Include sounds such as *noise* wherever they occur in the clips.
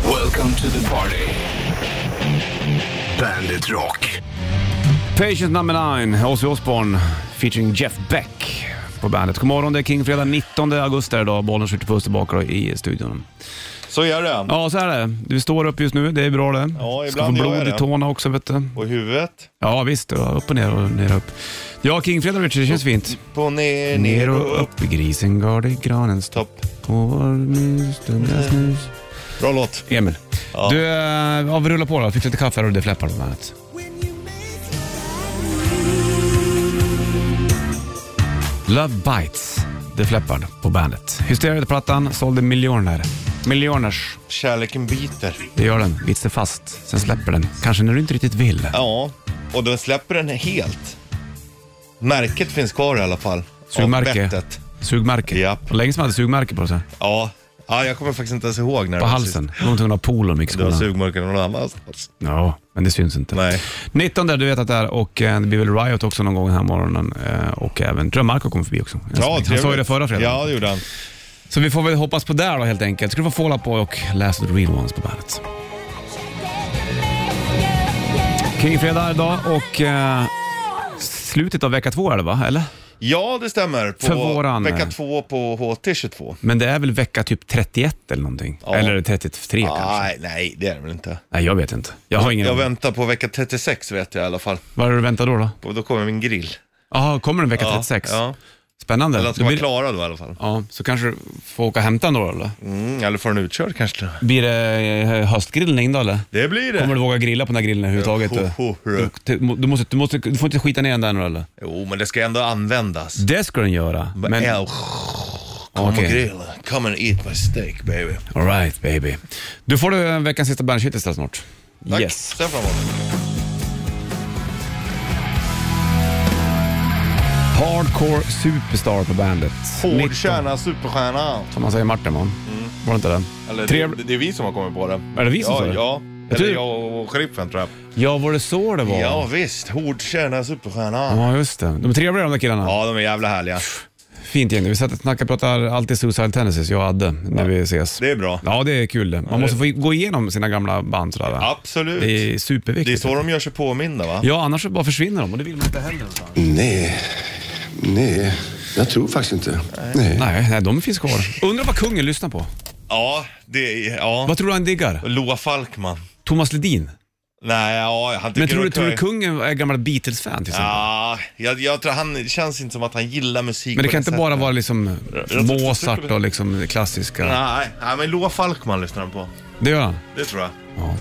Welcome to the party. Bandit Rock. Patient number 9, Ozzy Osbourne featuring Jeff Beck på bandet. God morgon, det är King fredag 19 augusti idag. Bollen skjuter puss tillbaka då i studion. Så gör det. Ja, så är det. Du står upp just nu, det är bra det. Ja, Ska få ibland gör blod jag i det. tårna också vet du. På huvudet, Ja visst, det var upp och ner och ner och upp. Ja, King fredag Richard, det känns fint. på ner, Ner och upp, grisen går i granen, stopp Topp. på vår mus, dumma snus. Bra låt. Emil, Ja. du, eh, ja, vi rullar på då. Fick lite kaffe här och det fläppar på bandet. Love Bites, The Flappard på bandet. Hysteriet-plattan sålde miljoner. Miljoners, Kärleken biter. det gör den. Biter sig fast, sen släpper den. Kanske när du inte riktigt vill. Ja, och då släpper den helt. Märket finns kvar i alla fall. Av Sugmärke. bettet. Sugmärke. Japp. Och länge som man hade sugmärke på sig. Ja. ja, jag kommer faktiskt inte ens ihåg när det På var halsen. sist. De var tvungna att ha polo mycket Du har skolan. sugmärken någon annanstans. Ja, men det syns inte. Nej. 19 där, du vet att det är och eh, det blir väl Riot också någon gång den här morgonen eh, och även tror jag Marco kommer förbi också. han sa ju det förra fredagen. Ja, det gjorde han. Så vi får väl hoppas på där då helt enkelt. Ska du få Fall Out Boy och Last of the Real Ones på bandet. King fredag idag och eh, slutet av vecka två är det va? Eller? Ja, det stämmer. På För våran- eh, Vecka två på HT22. Men det är väl vecka typ 31 eller någonting? Ja. Eller 33 kanske? Nej, nej, det är det väl inte. Nej, jag vet inte. Jag har ingen Jag aning. väntar på vecka 36 vet jag i alla fall. Vad är det du väntar då? då? Och då kommer min grill. Jaha, kommer den vecka Ja, 36? Ja. Spännande. Eller att Då de var blir- klara då i alla fall. Ja, så kanske du får åka och hämta den då eller? Mm, eller får den utkörd kanske. Blir det eh, höstgrillning då eller? Det blir det. Kommer du våga grilla på den här grillen överhuvudtaget? Ja, ho, ho, du, du, du, måste, du, måste, du får inte skita ner den där nu eller? Jo, men det ska ändå användas. Det ska den göra. Men... Men, Kom Okej. och grilla. Come and eat my steak baby. all right baby. Du får du en veckans sista bandshit istället snart. Tack. Yes. Sen framåt. Hardcore Superstar på bandet. Hård 19, kärna, superstjärna. Som man säger Martin man. Var det inte den? Mm. Eller Trev... det, det är vi som har kommit på det. Är det vi som ja, sa det? Ja, Jag Eller tror- jag och sheriffen tror jag. Ja, var det så det var? Ja, visst. Hård kärna, superstjärna. Ja, just det. De är trevliga de där killarna. Ja, de är jävla härliga. Fint gäng. Vi satt och snackade, pratade alltid Suicide Tendencies, jag och Adde, när vi ses. Det är bra. Ja, det är kul det. Man måste få gå igenom sina gamla band sådär. va? Absolut. Det Det är är superviktigt. så de gör sig påminda va? Ja, annars så bara försvinner de och det vill man inte heller. Nej, nej, jag tror faktiskt inte. Nej. Nej, nej, de finns *laughs* kvar. Undrar vad kungen lyssnar på. Ja, det är... Ja. Vad tror du han diggar? Loa Falkman. Thomas Ledin? Nej, ja, han tycker Men tror du, att- tror du kungen är gammal Beatles-fan till exempel? Ja, jag, jag tror han, det känns inte som att han gillar musik Men det på kan inte sättet. bara vara liksom Mozart och liksom klassiska... Nej, nej, men Loa Falkman lyssnar han på. Det gör han? Det tror jag. Ja,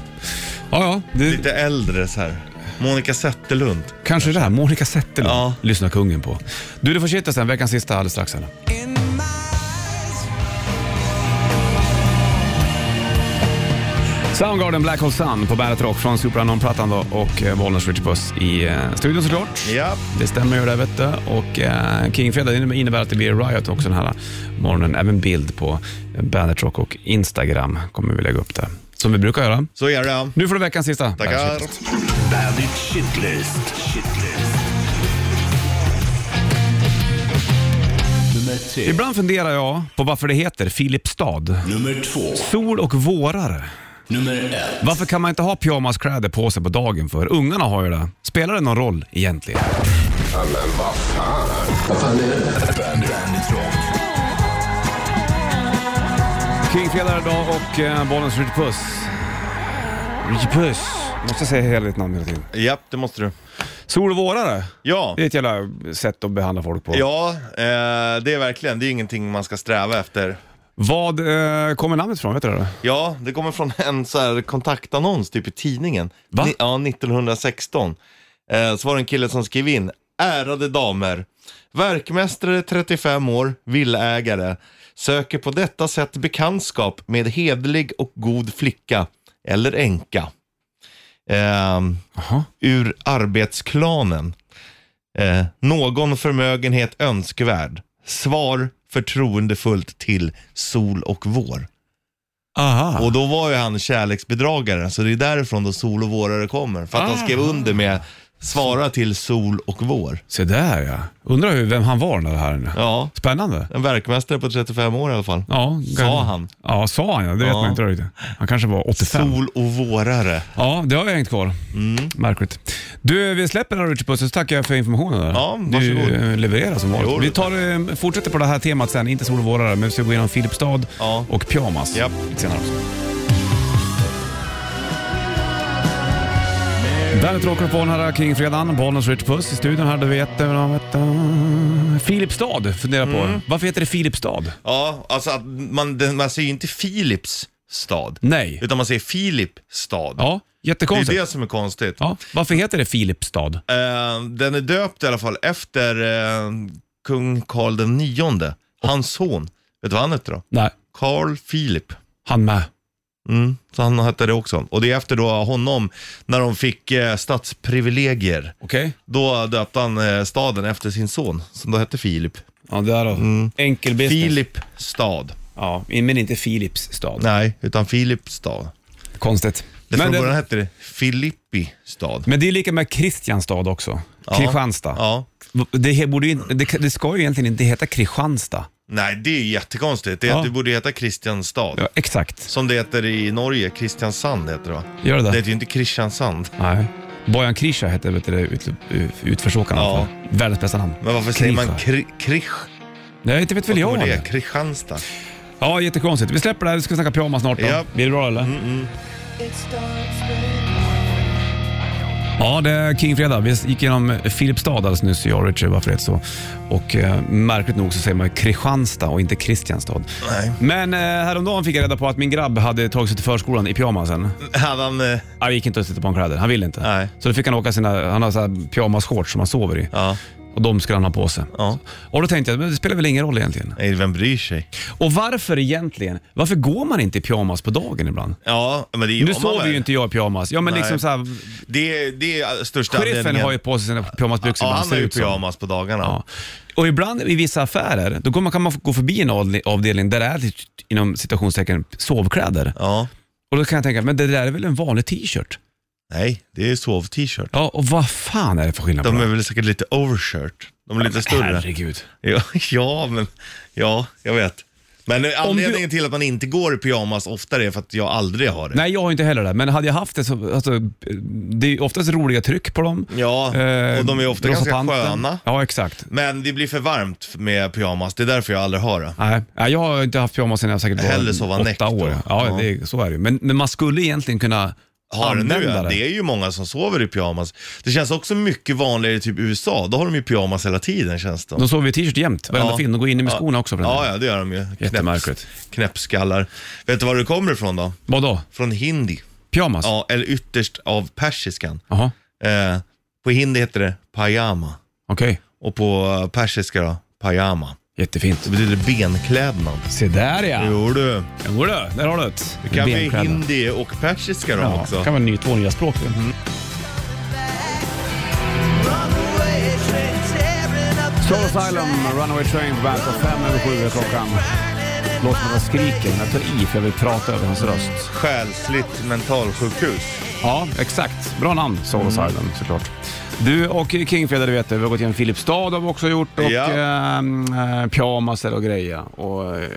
ja, ja det, Lite äldre så här. Monica Zetterlund. kanske det här. Monica Zetterlund Ja. lyssnar kungen på. Du, du får kitta sen. Veckans sista alldeles strax. Här. Soundgarden Black Hole Sun på Bandet Rock från Superunknown-plattan då och eh, Bollnäs Richard Puss i eh, studion såklart. Ja. Det stämmer ju det vet du. Och eh, Kingfredag inne- innebär att det blir Riot också den här morgonen. Även bild på Bandet Rock och Instagram kommer vi lägga upp där. Som vi brukar göra. Så är det. Nu får du veckans sista. Tackar. Bandet Rock. Bandit Shitlist. Shitlist. Nummer tre. Ibland funderar jag på varför det heter Filipstad. Nummer två. Sol och vårare. Nummer ett. Varför kan man inte ha pyjamaskläder på sig på dagen för? Ungarna har ju det. Spelar det någon roll egentligen? Bandit, Bandit Rock. Kingfredag idag och eh, Bollens Richard Puss. Richard Puss. Måste jag säga hela ditt namn hela tiden. Ja, det måste du. Sol och vårare. Ja. Det är ett jävla sätt att behandla folk på. Ja, eh, det är verkligen, det är ingenting man ska sträva efter. Vad eh, kommer namnet ifrån? Vet du det? Ja, det kommer från en så här kontaktannons typ i tidningen. Va? Ni- ja, 1916. Eh, så var det en kille som skrev in, ärade damer, verkmästare 35 år, villägare, söker på detta sätt bekantskap med hedlig och god flicka eller änka. Ehm, Jaha. ur arbetsklanen. Eh, någon förmögenhet önskvärd. Svar förtroendefullt till sol och vår. Aha. Och då var ju han kärleksbedragare, så det är därifrån då sol och vårare kommer. För att han Ah. skrev under med svarar till sol och vår. Se där ja. Undrar hur, vem han var när det här nu. Ja, Spännande. en verkmästare på 35 år i alla fall. Ja, Sa han. Ja, sa han ja. Det vet Ja. man inte riktigt. Han kanske var 85. Sol och vårare. Ja, det har vi hängt kvar. Mm. Märkligt. Du, vi släpper den här Richard Puss, så tackar jag för informationen. Där. Ja, du varsågod. eh, levererar som Jo, vanligt. det Vi tar, eh, fortsätter på det här temat sen, inte sol och vårare, men vi ska gå igenom Filipstad Ja. och pyjamas Japp. lite senare också. Bandet Rockar på den här Kingfredagen, Bollnäs Richard Puss i studion här, du vet. eh, vet, eh, Filipstad funderar på. Mm. Varför heter det Filipstad? Ja, alltså att man, den- man säger ju inte Philips stad. Nej. Utan man säger Filip stad. Ja, det är jättekonstigt. det som är konstigt. Ja, varför heter det Filipstad? Eh, den är döpt i alla fall efter eh, kung Karl den nionde. Hans son. Vet du vad han hette då? Nej, Carl Philip. han med. Mm, så han hette det också. Och det är efter då honom, när de fick eh, stadsprivilegier. Okej. Då döpte han eh, staden efter sin son, som då hette Filip. Ja, där då. Enkel business. Mm. Filip stad. Ja, men inte Philips stad. Nej, utan Filip stad. Konstigt. Det från Men början det, hette det Filippi stad. men det är lika med Kristianstad också. Kristianstad. Ja. Det, he- borde ju, in- det, det ska ju egentligen inte heta Kristianstad. Nej, det är jättekonstigt. Det, Ja. det borde heta Kristianstad. Ja, exakt. Som det heter i Norge, Kristiansand heter det va? Gör det Det typ- där. heter ju inte Kristiansand. Nej. Bojan Krisha hette vet du, det, ut, utförsåkaren i alla Ja. fall. Världens bästa namn. Men varför säger man Kristianstad. kri- krisch? Nej, inte vet väl Vad jag kommer om det? det. Kristianstad. Ja, jättekonstigt. Vi släpper det här. Vi ska snacka pyjamas snart då. Ja. Mm, Blir det bra eller? Ja, det är Kingfredag. Vi gick igenom Filipstad alldeles nyss, jag och Richard, varför det är så. Och eh, märkligt nog så säger man ju Kristianstad och inte Kristianstad. Nej. Men eh, häromdagen fick jag reda på att min grabb hade tagit sig till förskolan i pyjamasen. *laughs* Hade han... eh, Ah, det gick inte att sätta på honom kläder, han ville inte. Nej. Så då fick han åka sina, han har så här pyjamasshorts som han sover i. Ja. Och de skulle han ha på sig. Ja. Och då tänkte jag, men det spelar väl ingen roll egentligen. Nej, vem bryr sig? Och varför egentligen? Varför går man inte i pyjamas på dagen ibland? Ja, men det gör Nu man sover väl. ju inte jag i pyjamas. Ja, men Nej. liksom så här, Det, är- det är största sheriffen anledningen. har ju på sig sina pyjamasbyxor ja, ibland, han ser har ju ut som. pyjamas på dagarna. Ja. Och ibland i vissa affärer, då går man, kan man gå förbi en avdel- avdelning där det är lite, inom citationstecken sovkläder. Ja. Och då kan jag tänka, men det där är väl en vanlig t-shirt? Nej, det är sov-t-shirt. Ja, och vad fan är det för skillnad på De det? är väl säkert lite overshirt. De är lite större. Herregud. Ja, *laughs* ja, men, ja, jag vet. Men anledningen till att man inte går i pyjamas oftare är för att jag aldrig har det. Nej, jag har inte heller det, men hade jag haft det så, alltså, det är ju oftast roliga tryck på dem. Ja, Eh, och de är ofta Rosa ganska Pantern. sköna. Ja, exakt. Men det blir för varmt med pyjamas, det är därför jag aldrig har det. Nej, nej, jag har inte haft pyjamas sedan jag säkert var Hellre sova åtta näck då. år. Ja, Ja. Det, så är det ju. Men, men man skulle egentligen kunna Har det använda nu? ja. det. Det är ju många som sover i pyjamas. Det känns också mycket vanligare i typ USA, då har de ju pyjamas hela tiden känns det De sover i t-shirt jämt, varenda Ja. film. De går in i med Ja. skorna också. För den Ja, där. ja, det gör de ju. Jättemärkligt. knäppskallar. Vet du var det kommer ifrån då? Vadå? Från hindi. Pyjamas? Ja, eller ytterst av persiskan. Jaha, Eh, på hindi heter det pajama okej. och på eh, persiska då, pajama. Jättefint. Det betyder benklädnad. Se där ja. Jo du, Jo du, där har du ett. det kan bli Benkläder. hindi och persiska då Ja, också. kan vara ny, två nya språk. det. Charles Island, Runaway Train på bandet. Fem över sju är klockan. Låt mig vara skriker, men jag tar i för jag vill prata över hans röst. Själsligt mentalsjukhus. Ja, exakt. Bra namn, Solos Mm. Island såklart. Du och Kingfredag, du vet det. Vi har gått igenom Filipstad har vi också gjort och Ja. ehm, eh, pyjamaser och grejer. Och, eh,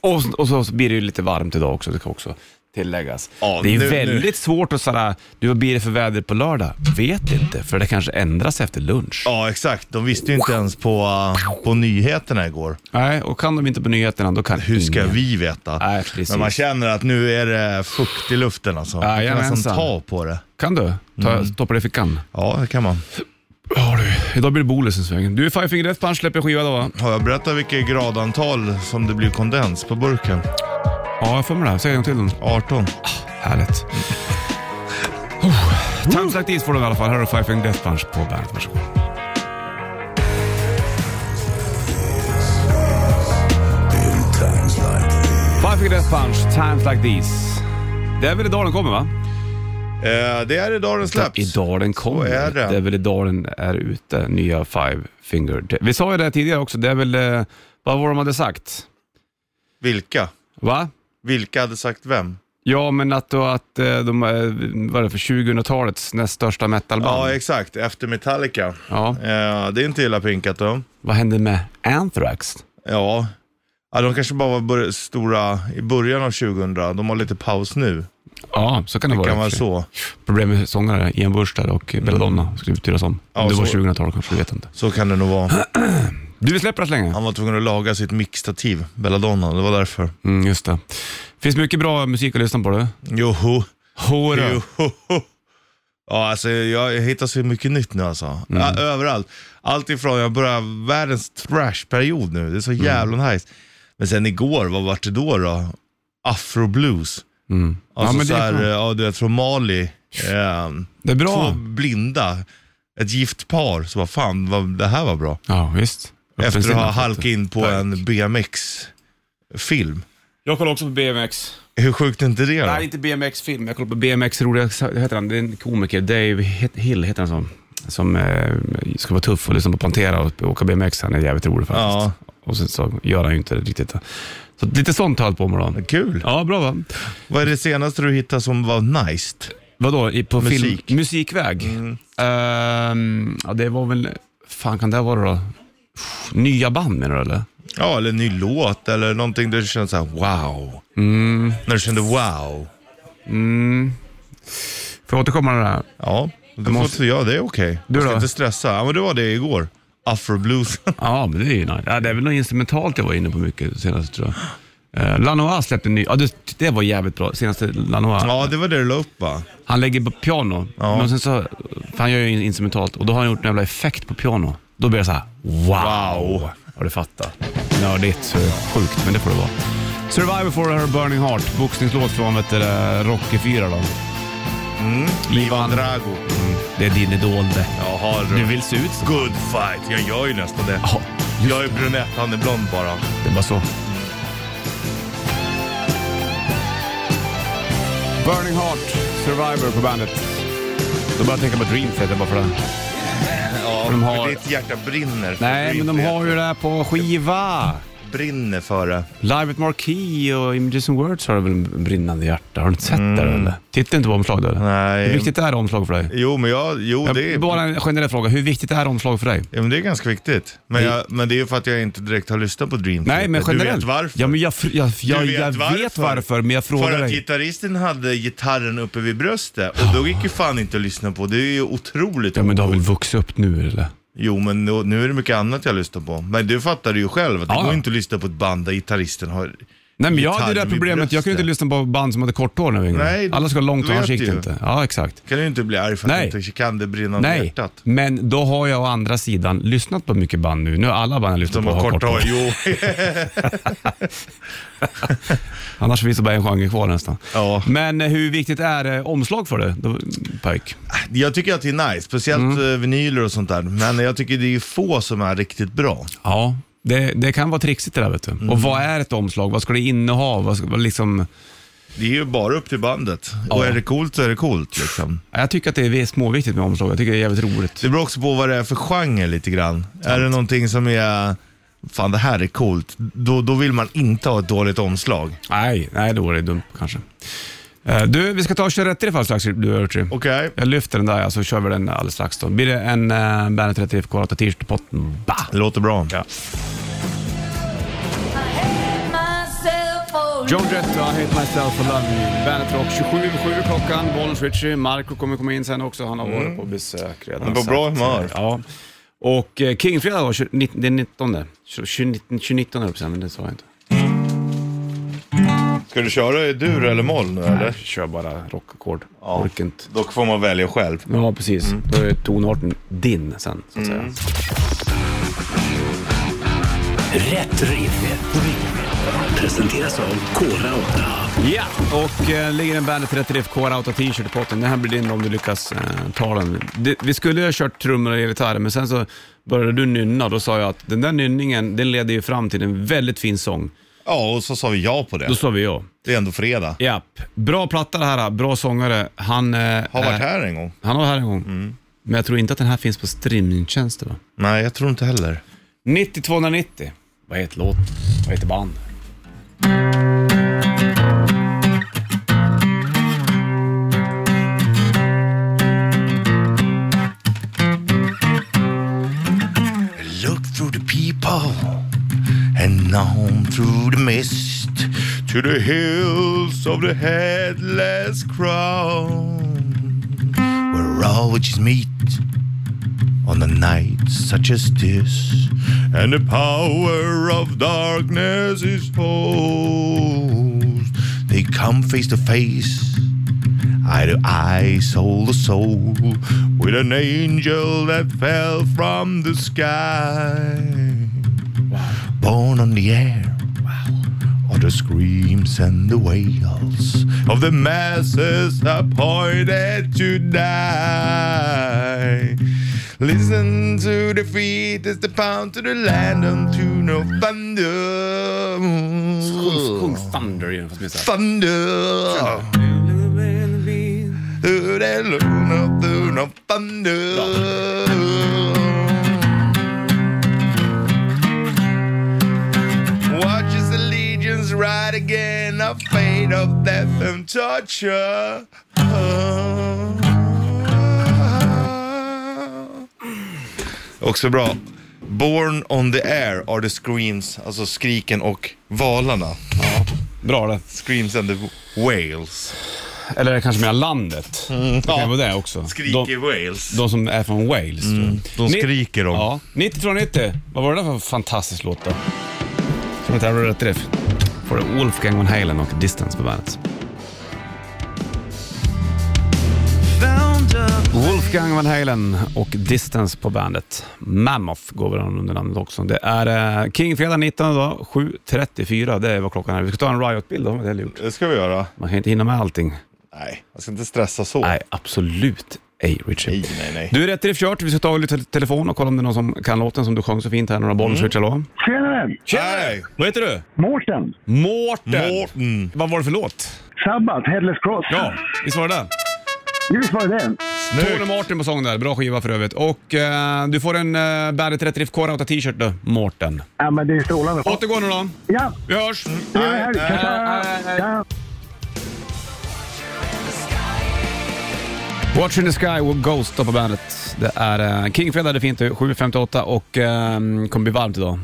och, och så blir det ju lite varmt idag också, det kan också tilläggas. Ja, det är nu- väldigt nu- svårt att säga, du vad blir det för väder på lördag? Vet inte, för det kanske ändras efter lunch. Ja, exakt. De visste ju inte ens på, uh, på nyheterna igår. Nej, och kan de inte på nyheterna, då kan Hur ska ingen. vi veta? Nej, precis. Men man känner att nu är det fukt i luften alltså. Man kan nästan Jajamensan. ta på det. Kan du? Ta, Mm. Stoppa det i fickan. Ja, det kan man. Ja du, idag blir det bolus en sväng. Du, Five Finger Death Punch släpper skiva idag va? Har jag berättat vilket gradantal som det blir kondens på burken? Ja, jag får med det. här. Säg en gång till den. 18. Härligt. Oh, Times like this får du i alla fall. Här har du Five Finger Death Punch på bandet. Varsågod. Five Finger Death Punch, Times like these. Det är väl idag den kommer va? Eh, det är idag den släpps. Idag den kommer. Så är det. är väl idag den är ute, nya Five Finger Death. Vi sa ju det här tidigare också, det är väl, eh, vad var det de hade sagt? Vilka? Va? Vilka hade sagt vem? Ja, men att, då, att eh, de, eh, vad är det för 2000-talets näst största metalband. Ja, exakt. Efter Metallica. Ja. Eh, det är inte illa pinkat då. Vad hände med Anthrax? Ja. ja, de kanske bara var bör- stora i början av 2000. De har lite paus nu. Ja, så kan det, Det vara. kan i och vara för sig. så. Mm. Problem med sångare, Ian Burstad och Belladonna, skulle det betydas om. Ja, Om det var så- 2000-tal kanske, vi vet inte. Så kan det nog vara. Du, vi släpper det så länge. Han var tvungen att laga sitt mixtativ, Belladonna. Det var därför. Mm, just det. finns mycket bra musik att lyssna på du. Joho. Hora. Joho. Ja, alltså jag hittar så mycket nytt nu alltså. Mm. Ja, överallt. Allt ifrån, jag börjar världens trash-period nu. Det är så jävla Mm. nice. Men sen igår, vad vart det då då? Afro-blues. Mm. Alltså ja, men det, så är här, bra. ja du vet från Mali. Ehm, det är två bra. blinda, ett gift par. Så vad fan, vad, det här var bra. Ja, visst. Efter att ha Öppensinnat, halkat vet in på en BMX-film. du. Jag kollar också på BMX. Hur sjukt är inte det då? Nej, inte BMX-film. Jag kollar på BMX roliga, vad heter han? Det är en komiker, Dave He- Hill heter han som. Som eh, ska vara tuff och liksom plantera och åka BMX. Han är jävligt rolig faktiskt. Och sen så gör han ju inte det riktigt. då. Så lite sånt har jag hållit på med då. Kul. Ja, bra va? Vad är det senaste du hittade som var nice? Vadå, i- på Musik. Mm. film? Musikväg? Ehm, ja, det var väl, fan kan det här vara då? Pff, Nya band menar du eller? Ja, eller en ny låt eller någonting där du känner såhär wow. Mm. När du kände wow. Får jag återkomma till det här? Ja, du måste... ja det är okej. Du Du ska då? inte stressa. Ja, men det var det igår. Afroblues. Ja, men det är ju nice. Ja, det är väl något instrumentalt jag var inne på mycket senast tror jag. Eh, Lanois släppte en ny, ja det, det var jävligt bra, senaste Lanois. *laughs* ja, det var det du la upp va? Han lägger på piano, men sen så, för han gör ju instrumentalt och då har han gjort en jävla effekt på piano. Då blir det så här, wow! Wow. Ja, du fattar. Nördigt så sjukt, men det får det vara. Survivor for her burning heart, boxningslåt från vet du, eh, Rocky 4 då. Mm. Livan, Drago. det är din idol det. Jaha Du du. vill Ah, se ut så. Good fight. Jag gör ju nästan det. Ja, Jag är brunett, han är blond bara. det var så. Burning Heart, Survivor på bandet. Då börjar jag tänka på Dream Theater bara för det. Ja, de har- för Ditt hjärta brinner. Nej, men de har ju det här på skiva. Brinner för det. Live at Marquee och Images and Words har väl en brinnande hjärta. Har du inte sett det eller? Tittar inte på omslag då eller? Mm. Nej. Hur viktigt är omslag för dig? Jo, men jag, jo det är... Bara en generell fråga. Hur viktigt är omslag för dig? Ja, men det är ganska viktigt. Men, jag, men det är ju för att jag inte direkt har lyssnat på Dream Nej, Theater. men generellt. Du vet varför. Ja, men jag, fr- jag, jag, Du jag vet varför, men jag För frågar att dig. gitarristen hade gitarren uppe vid bröstet och då gick ju fan inte att lyssna på. Det är ju otroligt. Ja, men du har väl vuxit upp nu eller? Jo, men nu, nu är det mycket annat jag lyssnar på. Men du fattar ju själv att det Ja. går inte att lyssna på ett band där gitarristen har... Nej, men jag hade det Gitarr där vid problemet. Jag kunde inte bröstet. lyssna på band som hade kort hår när jag var yngre. Nej, Alla ska ha långt och han vet gick ju. inte. Ja, exakt. Kan du inte bli arg för att Nej. du inte kan det brinnande Nej, hjärtat? men då har jag å andra sidan lyssnat på mycket band nu. Nu har alla band jag lyssnar De på har kort hår, jo. *laughs* Annars finns det bara en genre kvar nästan. Ja. Men eh, hur viktigt är eh, omslag för dig, då, Pike? Jag tycker att det är nice, speciellt Mm. eh, vinyler och sånt där. Men jag tycker det är få som är riktigt bra. Ja, det, det kan vara trixigt det där vet du. Och vad är ett omslag? Vad ska det inneha? Vad ska, vad liksom... Det är ju bara upp till bandet. Och är det coolt så är det coolt liksom. Ja, Jag tycker att det är småviktigt med omslag. Jag tycker det är jävligt roligt. Det beror också på vad det är för genre lite grann. Är det någonting som är, fan det här är coolt, då, då vill man inte ha ett dåligt omslag. Nej, nej då är det dumt kanske. Eh, Du, vi ska ta och köra rätt i det fall strax, du Örtry. Okej. Jag lyfter den där ja, så kör vi den alldeles strax då. Blir det en uh, Bandet 30 K8 t-shirt i potten? Bah! Det låter bra. Ja. myself for John Jett och I Hate Myself for Love You. Bandet Rock 27.7 klockan. Bollens Richie. Marco kommer komma in sen också. Han har varit på besök redan. Han är Mm. på bra Så att, humör. eh, Ja. Och eh, Kingfredag var tjugo- nitt- den 19. 29, 29 upp sen, men det sa jag inte. Ska du köra i dur eller moll nu eller? Kör bara rockackord. Ja. Mm. Ja. Orkar inte. Då får man välja själv. Ja, precis. Då är tonarten din sen, så att säga. Mm. Rätt riff. Presenteras av Kora 8. Ja, och eh, ligger en Bandet 30 FK Auto t-shirt i potten. Den här blir din om du lyckas eh, ta den. Det, vi skulle ju ha kört trummor och gitarr, men sen så började du nynna och då sa jag att den där nynningen, den leder ju fram till en väldigt fin sång. Ja, och så sa vi ja på Då det. sa vi ja. Det är ändå fredag. Japp. Bra platta det här, bra sångare. Han, eh, Har eh, varit här Mm. en gång. Han har varit här en gång. Men jag tror inte att den här finns på streamingtjänster va? Nej, jag tror inte heller. 9290. Vad heter låten? Vad heter band? Riding on through the mist to the hills of the headless crown where all witches meet on a night such as this, and the power of darkness is host. They come face to face, eye to eye, soul to soul, with an angel that fell from the sky, born on the air. Are the screams and the wails of the masses appointed to die. Listen to the feet as they pound to the land on tune of thunder. Sjung Thunder igen, fast med så här. Thunder. To the tune of tune of thunder. Watches the legions ride again, a fate of death and torture. Också bra. Born on the air are the screams, alltså skriken och valarna. Bra det. Screams and the whales. Eller kanske menar landet. Det kan Mm. Ja. vara det också. Skriker Mm. De, whales. de som är från Wales. tror jag. De Ni- skriker om. Ja. 9290. Vad var det där för fantastisk låt då? Tror inte det var rätt träff. Får det Wolfgang Van Halen och Distance på bandet. Wolfgang Van Halen och Distance på bandet. Mammoth går väl under namnet också. Det är eh, Kingfredag 19 idag, 7.34. Det är vad klockan är. Vi ska ta en riot-bild, det har vi inte heller gjort. Det ska vi göra. Man kan inte hinna med allting. Nej, jag ska inte stressa så. Nej, absolut ej Richard. nej, nej. nej. Du är rätt riff kört. Vi ska ta lite telefon och kolla om det är någon som kan låten som du sjöng så fint här, några bollar. Mm. Tjenare! Nej. Vad heter du? Mårten! Mårten. Mårten. Vad var det för låt? Sabbat, Headless Cross. Ja, visst var det den? Jo, visst var det det? Tony Martin på sång där. Bra skiva för övrigt. Och eh, du får en eh, Bandet Rätt Riff K-Rauta t-shirt du, Mårten. Ja, men det är strålande. Återgår nu då. Ja, Vi hörs! trevlig helg! Tja, tja. Hej, hej. Tja. Watch in the sky och Ghost då på bandet. Det är uh, Kingfredag, det är fint. det är 7.58 och uh, kommer bli varmt idag.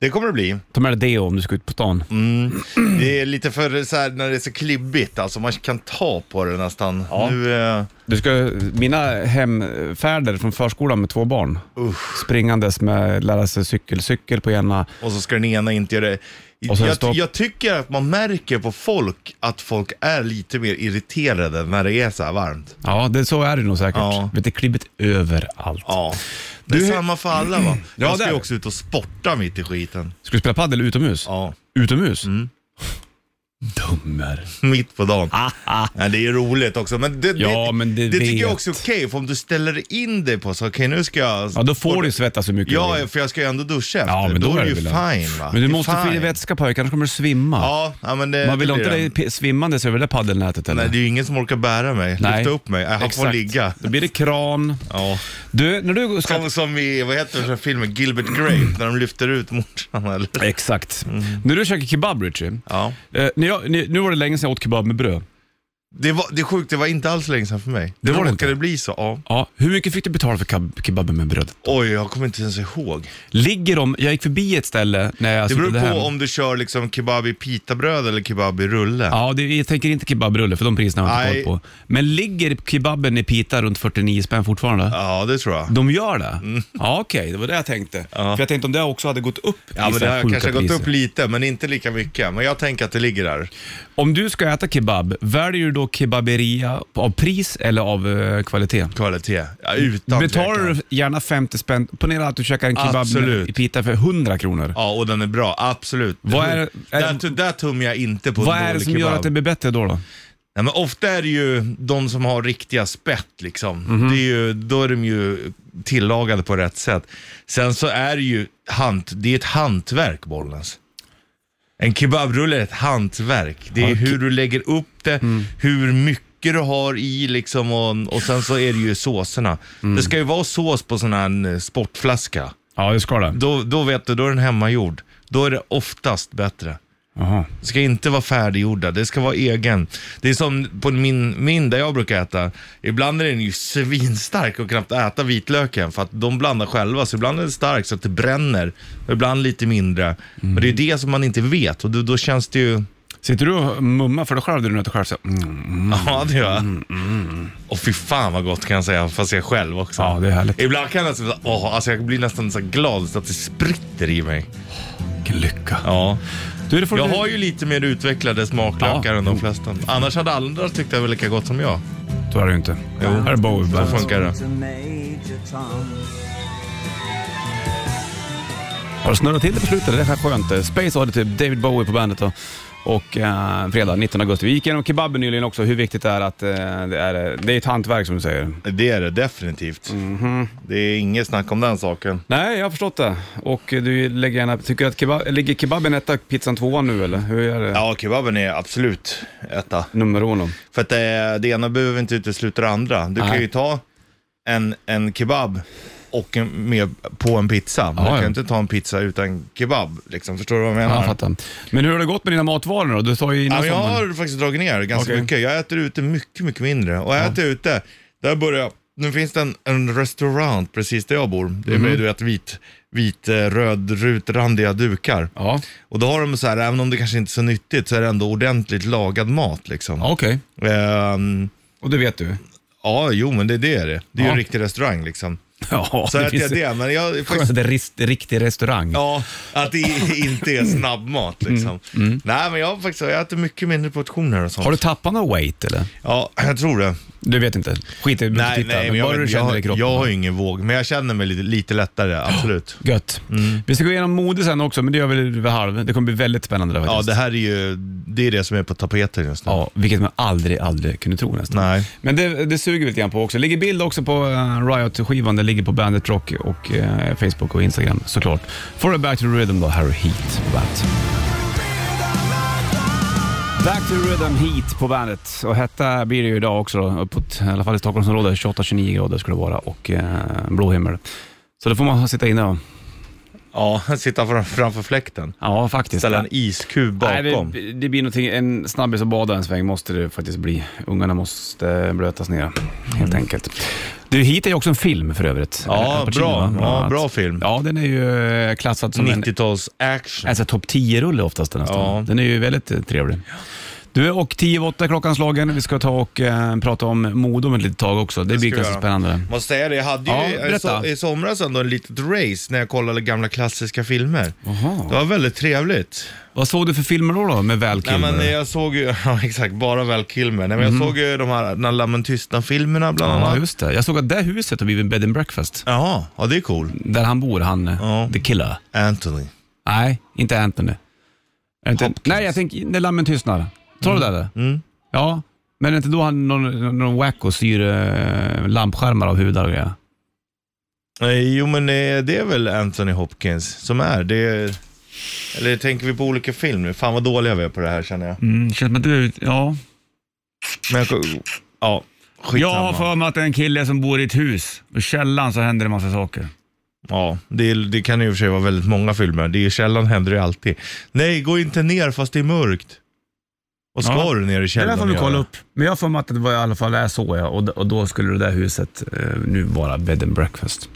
Det kommer det bli. Ta med dig deo om du ska ut på stan. Mm. Det är lite för så här, när det är så klibbigt, alltså man kan ta på det nästan. Nu, eh, Du ska, mina hemfärder från förskolan med två barn. Springandes med lära sig cykelcykel på ena. och så ska den ena inte göra det. Och sen Jag, stopp. jag tycker att man märker på folk att folk är lite mer irriterade när det är så här varmt. Ja, det, så är det nog säkert. Ja. Vet, det är klibbigt överallt. Ja. Det är samma för alla va? *clears throat* Ja, jag ska det ju är också ut och sporta mitt i skiten. Ska du spela padel utomhus? Ja. Mm. Utomhus? *laughs* Dummer. *laughs* Mitt *laughs* på dagen. Ja, det är ju roligt också. Men det, Ja, det, men det det tycker vet. jag också är okej, för om du ställer in dig på så, okej nu ska jag... Ja, då får du svettas hur mycket du Ja, vill. för jag ska ju ändå duscha efter. ja, men då, är det ju väl- fine va? Men du Det är måste få i dig fine. vätska pojkar, annars kommer du svimma. Ja, ja men det, Man vill det inte blir dig det. p- svimmandes över det där paddelnätet eller? Nej, det är ju ingen som orkar bära mig. Nej. Lyfta upp mig. Äh, Han får Exakt. ligga. Då blir det kran. Ja. Du, när du ska Som, som i, vad heter den här filmen, Gilbert Grape, när de lyfter ut morsan eller? Exakt. Mm. När du käkar kebab, Richie. Ja. Eh, när jag, ni- nu var det länge sedan jag åt kebab med bröd. Det, var, det är sjukt, det var inte alls länge sedan för mig. Det var det Råkade inte. bli så? Ja. Ja, hur mycket fick du betala för keb- kebaben med bröd? Oj, jag kommer inte ens ihåg. Ligger de... Jag gick förbi ett ställe när jag Det beror cyklade på hem. om du kör liksom kebab i pitabröd eller kebab i rulle. Ja, det, jag tänker inte kebabrulle för de priserna har jag Nej. inte koll på. Men ligger kebaben i pita runt 49 spänn fortfarande? Ja, det tror jag. De gör det? Mm. Ja, okej. Det var det jag tänkte. För jag tänkte om det också hade gått upp Ja, i men så det här har sjuka kanske gått priser. upp lite, men inte lika mycket. Men jag tänker att det ligger där. Om du ska äta kebab, väljer du då kebaberia av pris eller av eh, kvalitet? Kvalitet. Ja, utan Betalar tvekan. du gärna 50 spänn, ponera att du käkar en kebab Absolut. med, i pita för 100 kronor. Ja, och den är bra. Absolut. Vad är- är- där, tu- där tummar jag inte på en Vad är det dålig som gör kebab. att det blir bättre då? då? Nej, men ofta är det ju de som har riktiga spett liksom. Det är ju, då är de ju tillagade på rätt sätt. Sen så är det ju hant, det är ett hantverk, Bollnäs. En kebabrulle är ett hantverk. Det är hur du lägger upp det, hur mycket du har i liksom och, och sen så är det ju såserna. Det ska ju vara sås på sån här eh, sportflaska. Ja, det ska det. Då, då vet du, då är den hemmagjord. Då är det oftast bättre. Jaha. Det ska inte vara färdiggjorda, det ska vara egen. Det är som på min, min där jag brukar äta. Ibland är den ju svinstark och knappt äta vitlöken för att de blandar själva. Så ibland är det stark så att det bränner. Och ibland lite mindre. Men det är ju det som man inte vet och då, då känns det ju... Sitter du och mummar för dig själv när du nöter själv? Så, mm, mm. Ja, det gör jag. Och fy fan vad gott kan jag säga, fast jag själv också. Ja, det är härligt. Ibland kan jag nästan, åh, alltså jag blir nästan så glad så att det spritter i mig. Vilken lycka. Ja. Du, det får Jag bli- har ju lite mer utvecklade smaklökar Ja. än de flesta. Annars hade andra tyckt det var lika gott som jag. Så är det ju inte. Här är Bowie Så Bands. funkar det. Har det snurrat till det på slutet? Det här är skönt. Space Oddity, David Bowie på bandet då. Och eh, fredag 19 augusti. Vi gick igenom kebaben nyligen också, hur viktigt det är att eh, det, är, eh, det är ett hantverk som du säger. Det är det definitivt. Mhm. Det är inget snack om den saken. Nej, jag har förstått det. Och eh, du lägger gärna, tycker du att kebab, ligger kebaben etta, pizzan tvåa nu eller? Hur är det? Ja, kebaben är absolut etta. Nummer uno. För att det, det ena behöver inte utesluta det andra. Du kan Nej. ju ta en, en kebab och en, med på en pizza. Men Ja, du kan ja. ju inte ta en pizza utan kebab. Liksom. Förstår du vad jag Ja, menar? jag fattar. Men hur har det gått med dina matvanor då? Du sa ju Ja, innan men jag sommaren. har faktiskt dragit ner ganska Okej. mycket. Jag äter ute mycket, mycket mindre. Och jag äter ute, där börjar jag. Nu finns det en, en restaurang precis där jag bor. Det är Mhm. med, du vet, vit, vit eh, röd rutrandiga dukar. Ja, Och då har de så här, även om det kanske inte är så nyttigt, så är det ändå ordentligt lagad mat liksom. ja okej. Ehm, Och det vet du? Ja, jo men det, det är det. Det är ju Ja. en riktig restaurang liksom. *laughs* Ja, Så det att jag ju- det, men jag... Skönt Faktiskt, att det är rist, riktig restaurang. ja, att det *laughs* inte är snabbmat liksom. Nej, men jag har faktiskt, jag äter mycket mindre portioner och sånt. Mm, Har du tappat något weight eller? Ja, jag tror det. Du vet inte? Skit i hur du Nej, tittar, nej, men bara jag, du vet, jag, känner i har- kroppen. jag har ju ingen våg, men jag känner mig lite, lite lättare, absolut. Gött. Mm. Vi ska gå igenom mode sen också, men det gör vi vid halv. Det kommer bli väldigt spännande där Ja, faktiskt. det här är ju, det är det som är på tapeten just nu. Ja, vilket man aldrig, aldrig kunde tro nästan. Nej. Men det, det suger vi lite grann på också. ligger bild också på eh, Riot-skivan. Det ligger på Bandit Rock och eh, Facebook och Instagram såklart. For a Back to Rhythm då, Harry Heat på Bandet. Back to Rhythm Heat på Bandet. Och hetta blir det ju idag också då, uppåt, i alla fall i Stockholmsområdet, 28-29 grader skulle det vara och eh, blå himmel. Så då får man sitta inne och... Ja, *laughs* sitta fram- framför fläkten. Ja, faktiskt. Ställa en iskub bakom. Nej, det, det blir någonting, en snabbis och bada en sväng måste det faktiskt bli. Ungarna måste eh, blötas ner, helt enkelt. Du, Heat är ju också en film för övrigt. Mm. Ja, Al Pacino, bra. va, bland Ja, annat. bra film. Ja, den är ju eh, klassad som en 90-tals action. alltså, topp 10-rulle oftast nästan. Ja. Den är ju väldigt eh, trevlig. Du, och 10 över 8 klockan slagen. Vi ska ta och eh, prata om mode om ett litet tag också. Det, Det blir ska vi ganska göra. spännande. Måste säga det, jag hade Ja, ju i, berätta. so- i somras ändå en litet race när jag kollade gamla klassiska filmer. Jaha. Det var väldigt trevligt. Vad såg du för filmer då, då med Val Nej, Kilmer? Mhm. men jag såg ju, *laughs* ja exakt, bara väl Kilmer. Nej, men jag såg ju de här När lammen tystnar-filmerna bland Ja, annat. just det. Jag såg att det huset har blivit en bed and breakfast. Jaha, ja det är cool. Där han bor, han, eh, Ja. the killer. Anthony. Nej, inte Anthony. Är det Inte, Hopkins. nej, jag tänker När lammen tystnar. Tar du det där? Ja, men är inte då han någon, någon wacko syr eh, lampskärmar av hudar och grejer? Nej, jo men eh, det är väl Anthony Hopkins som är. Det är eller tänker vi på olika film nu? Fan vad dåliga vi är på det här känner jag. Mm, känns som att du, ja. Men jag, ja, skitsamma. mig att det är en kille som bor i ett hus. I källan så händer det massa saker. Ja, det, är- det kan ju i och för sig vara väldigt många filmer. Det är, källan händer ju alltid. Nej, gå inte ner fast det är mörkt. Och ska Ja. du ner i Det källan där får vi och kolla göra? upp. Men jag får mig att det var i alla fall är så ja. Och, d- och då skulle det där huset eh, nu vara bed and breakfast.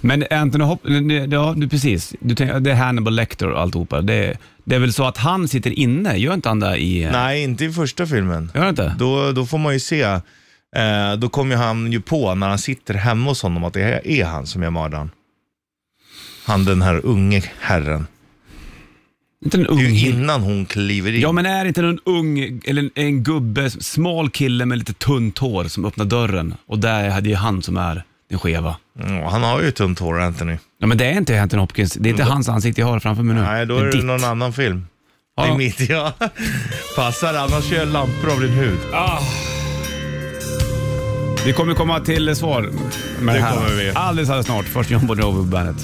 Men Anthony Hop... nej, Ja, du, precis. Du tänker, det är Hannibal Lecter och alltihopa. Det, det är väl så att han sitter inne? Gör inte han det i... eh, Nej, inte i första filmen. Gör han inte? Då, då får man ju se. Eh, då kommer ju han ju på när han sitter hemma hos honom att det är han som är mördaren. Han den här unge herren. Inte en Det är ung... ju innan hon kliver in. Mm. Ja, men är det inte en ung, eller en, en gubbe, smal kille med lite tunt hår som öppnar dörren och där hade ju han som är den skeva. Mm, han har ju tunt hår, Anthony. Ja, men det är inte Anthony Hopkins. Det är inte hans ansikte jag har framför mig nu. Mm. Nej, då är det ditt. någon annan film. Det Ja. är mitt, ja. *laughs* Passar, annars kör jag lampor av din hud. Vi kommer komma till svar med det, Det här. kommer vi. Alldeles, alldeles snart. Först John Bonovo på bandet.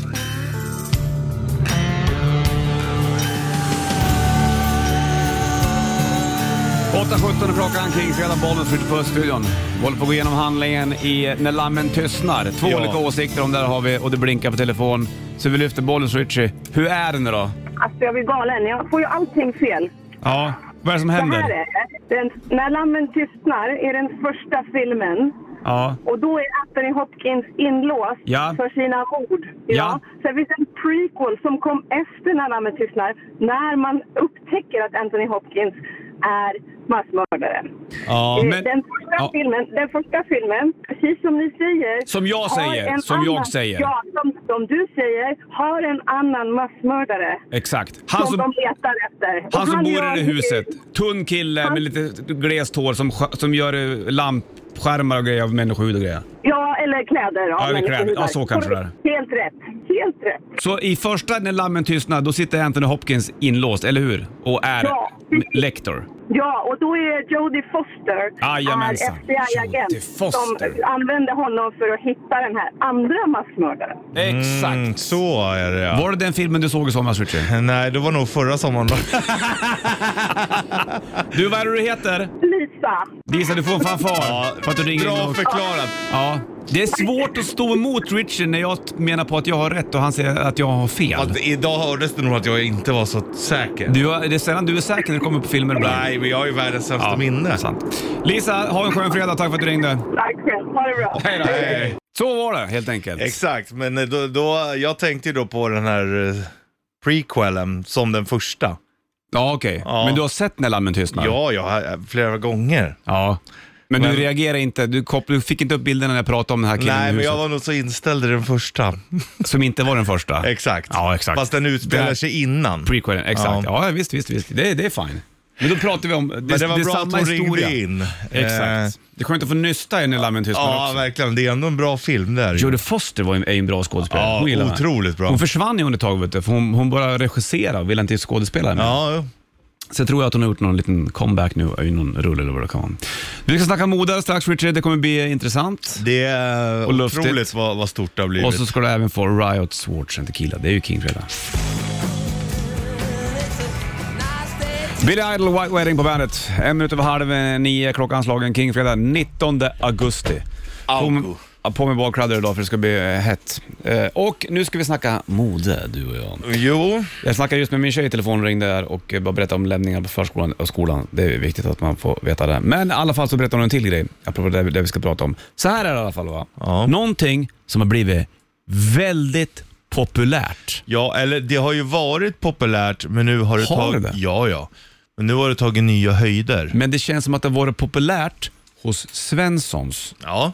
klockan, Kings redan bollen flyttar på studion. Vi håller på att gå igenom handlingen i När lammen tystnar. Två Ja. olika åsikter om det här har vi och det blinkar på telefon. Så vi lyfter bollen Richie. Hur är den idag? Alltså jag blir galen. Jag får ju allting fel. Ja, vad är det som Så här händer? är det. Den, när Lammen tystnar är den första filmen. Ja. Och då är Anthony Hopkins inlåst Ja. för sina mord. Ja. Ja. Sen finns det en prequel som kom efter När Lammen tystnar. När man upptäcker att Anthony Hopkins är massmördare. ja Eh, men, den, första ja. filmen, den första filmen, precis som ni säger. Som jag har säger, en som jag annan, säger. Ja, som, som du säger. Har en annan massmördare. Exakt. Han som som, de letar efter. Och han som bor gör- i det huset. Tunn kille med lite glest hår som, sk- som gör eh, lampskärmar och grejer av människohud och grejer. Ja, eller kläder. Ja, eller men- kläder. Ja, så kanske det är. Helt rätt. Helt rätt. Så i första När lammen tystnar, då sitter Anthony Hopkins inlåst, eller hur? Och är Ja. lektor. Ja, och då är Jodie Foster är Jajamensan. Jodie FBI-agent som Foster. använder honom för att hitta den här andra massmördaren. Mm, Exakt. så är det ja. Var det den filmen du såg i somras, Richard? Nej, det var nog förra sommaren då. Du, vad är det du heter? Lisa. Lisa, du får en fanfar för att du ringer in Bra och- förklarat. Ja. Det är svårt att stå emot Richard när jag t- menar på att jag har rätt och han säger att jag har Ja, fel. det- idag hördes det nog att jag inte var så säker. Du, har- det är sällan du är säker när det kommer på filmer ibland. Nej, men jag har ju världens sämsta Ja, minne. Sant. Lisa, ha en skön fredag. Tack för att du ringde. Tack själv. Ha det bra. Hej då. Så var det helt enkelt. Exakt, men eh, då, då, jag tänkte ju då på den här eh, prequelen som den första. ja, okej. Ja. Men du har sett När lammen tystnar? Ja, jag har flera gånger. Ja. Men, Men- du reagerar inte? Du, koppl- du fick inte upp bilden när jag pratade om den här killen i Nej, men huset, jag var nog så inställd i den första. som inte var den första? *laughs* Exakt. Ja, exakt. Fast den utspelar Där- sig innan. Prequelen, exakt. Ja, visst, visst, visst. Det, det är fine. Men då pratar vi om... Det, men det var det är bra att samma hon historia. ringde in. Eh, Exakt. Det är skönt att få nysta i När lammen tystnar ja, också. verkligen. Det är ändå en bra film där. Jodie Foster var ju, är ju en bra skådespelare. Ja, Hon gillar mig. otroligt bra. Hon försvann ju under ett tag, vet du, för hon, hon började regissera och ville inte skådespela mer. Ja, jo. Så jag tror att hon har gjort någon liten comeback nu i någon rulle eller vad det kan vara. Vi ska snacka mode alldeles strax Richard, det kommer bli intressant. det är Och luftigt. otroligt vad, vad stort det har blivit. Och så ska du även få Riot Swartz and Tequila, det är ju King-fredag. Billy Idol, White Wedding på bandet. En minut över halv nio, klockan slagen King-fredag 19 augusti. På med- ja, På med badkläder idag för det ska bli eh, hett. Eh, Och nu ska vi snacka mode, du och jag. Jo, Jag snackade just med min tjej i telefon och ringde där och eh, bara berättade om lämningar på förskolan och skolan. Det är viktigt att man får veta det. Men i alla fall så berättade hon en till grej, apropå det, det vi ska prata om. Så här är det i alla fall va? Ja. Någonting som har blivit väldigt populärt. ja, eller det har ju varit populärt, men nu har det Har tagit... det det? Ja, ja. Men nu har det tagit nya höjder. Men det känns som att det har varit populärt hos Svenssons. Ja.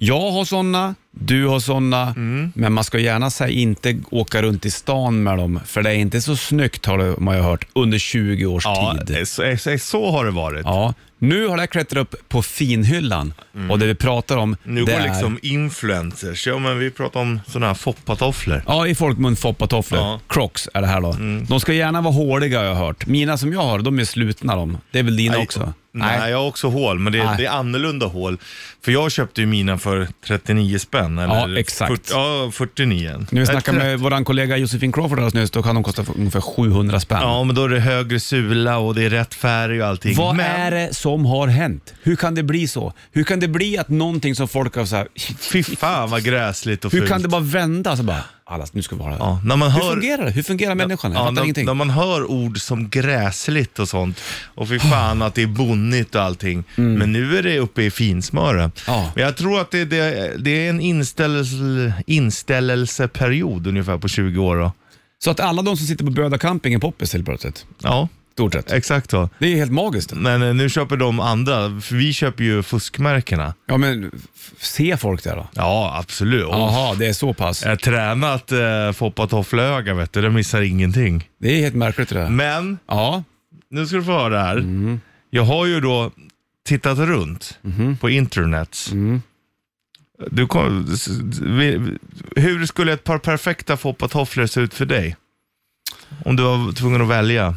Jag har sådana, du har sådana, Mm. men man ska gärna säga inte åka runt i stan med dem, för det är inte så snyggt har det- man ju hört under 20 års Ja, tid. eh, så, eh, så har det varit. Ja, nu har det här klättrat upp på finhyllan och det vi pratar om Mm. Nu det går är... liksom influencers. Ja, men vi pratar om sådana här foppatofflor. Ja, i folkmun foppatofflor. Ja. Mm. Crocs är det här då. De ska gärna vara håliga har jag hört. Mina som jag har, de är slutna de. Det är väl dina också? Nej. jag har också hål, men det är, Nej. det är annorlunda hål. För jag köpte ju mina för 39 spänn. Eller Ja, exakt. 40, ja, 49. När vi snackade snackar med vår kollega Josefin Crawford alldeles nyss, då kan de kosta ungefär 700 spänn. Ja, men då är det högre sula och det är rätt färg och allting. Vad men, är det som har hänt? Hur kan det bli så? Hur kan det bli att någonting som folk har så här... Fy fan vad gräsligt och Hur fult. kan det bara vända? Så bara, alla, nu ska vi ha det här. Ja, när man hör... Hur fungerar det? Hur fungerar människan? Jag Ja, fattar när, ingenting. när man hör ord som gräsligt och sånt och fy fan att det är bonnigt och allting. Men nu är det uppe i finsmöre. Mm. Ja. Men jag tror att det, det, det är en inställelse, inställelseperiod ungefär på 20 år. Då. Så att alla de som sitter på Böda camping är poppis helt plötsligt. Ja, Stort sett. exakt så. Det är helt magiskt. Men eh, nu köper de andra, för vi köper ju fuskmärkena. Ja, men f- se folk där då. Ja, absolut. Och Jaha, det är så pass. Jag har tränat eh, Foppa Tofflöga, vet du. Den missar ingenting. Det är helt märkligt det där. Men Ja, nu ska du få höra här. Jag har ju då tittat runt på internet. Du kom, s- vi- hur skulle ett par perfekta foppatofflor se ut för dig? Om du var tvungen att välja.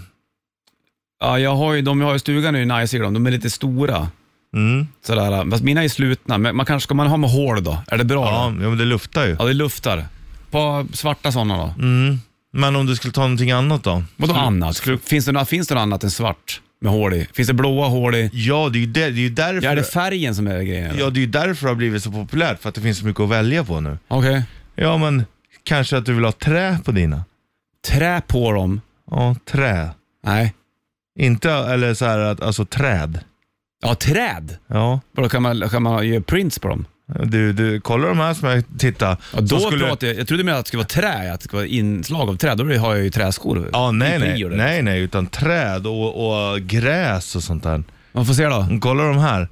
ja jag har ju, de jag har i stugan är ju nice i dem. De är lite stora. Mm. Sådär. Fast mina är slutna. Men man kanske ska man ha med hål då? Är det bra? Ja, ja, Då? men det luftar ju. ja det luftar. På svarta sådana då? Mm. Men om du skulle ta någonting annat då? Vadå annat? Finns, det, något- finns det något annat än svart med hål i? Finns det blåa hål i? Ja, det är ju det, det är ju därför, Ja, är det färgen som är grejen? eller? ja, det, är ju därför det har blivit så populärt, för att det finns så mycket att välja på nu. Okej. Ja, men kanske att du vill ha trä på dina? Trä på dem? Ja, trä. Nej. Inte, eller så här att, alltså träd. Ja, träd. Ja. Vadå, kan man, kan man göra prints på dem? Du, du, kolla de här som jag tittar. Ja, då Som skulle- pratar jag, jag trodde mer att det skulle vara trä, att det skulle vara inslag av trä. Då har jag ju träskor. Ja, nej, I nej, prio där. nej, nej, utan träd och, och gräs och sånt där. Man får se då. Kolla de här.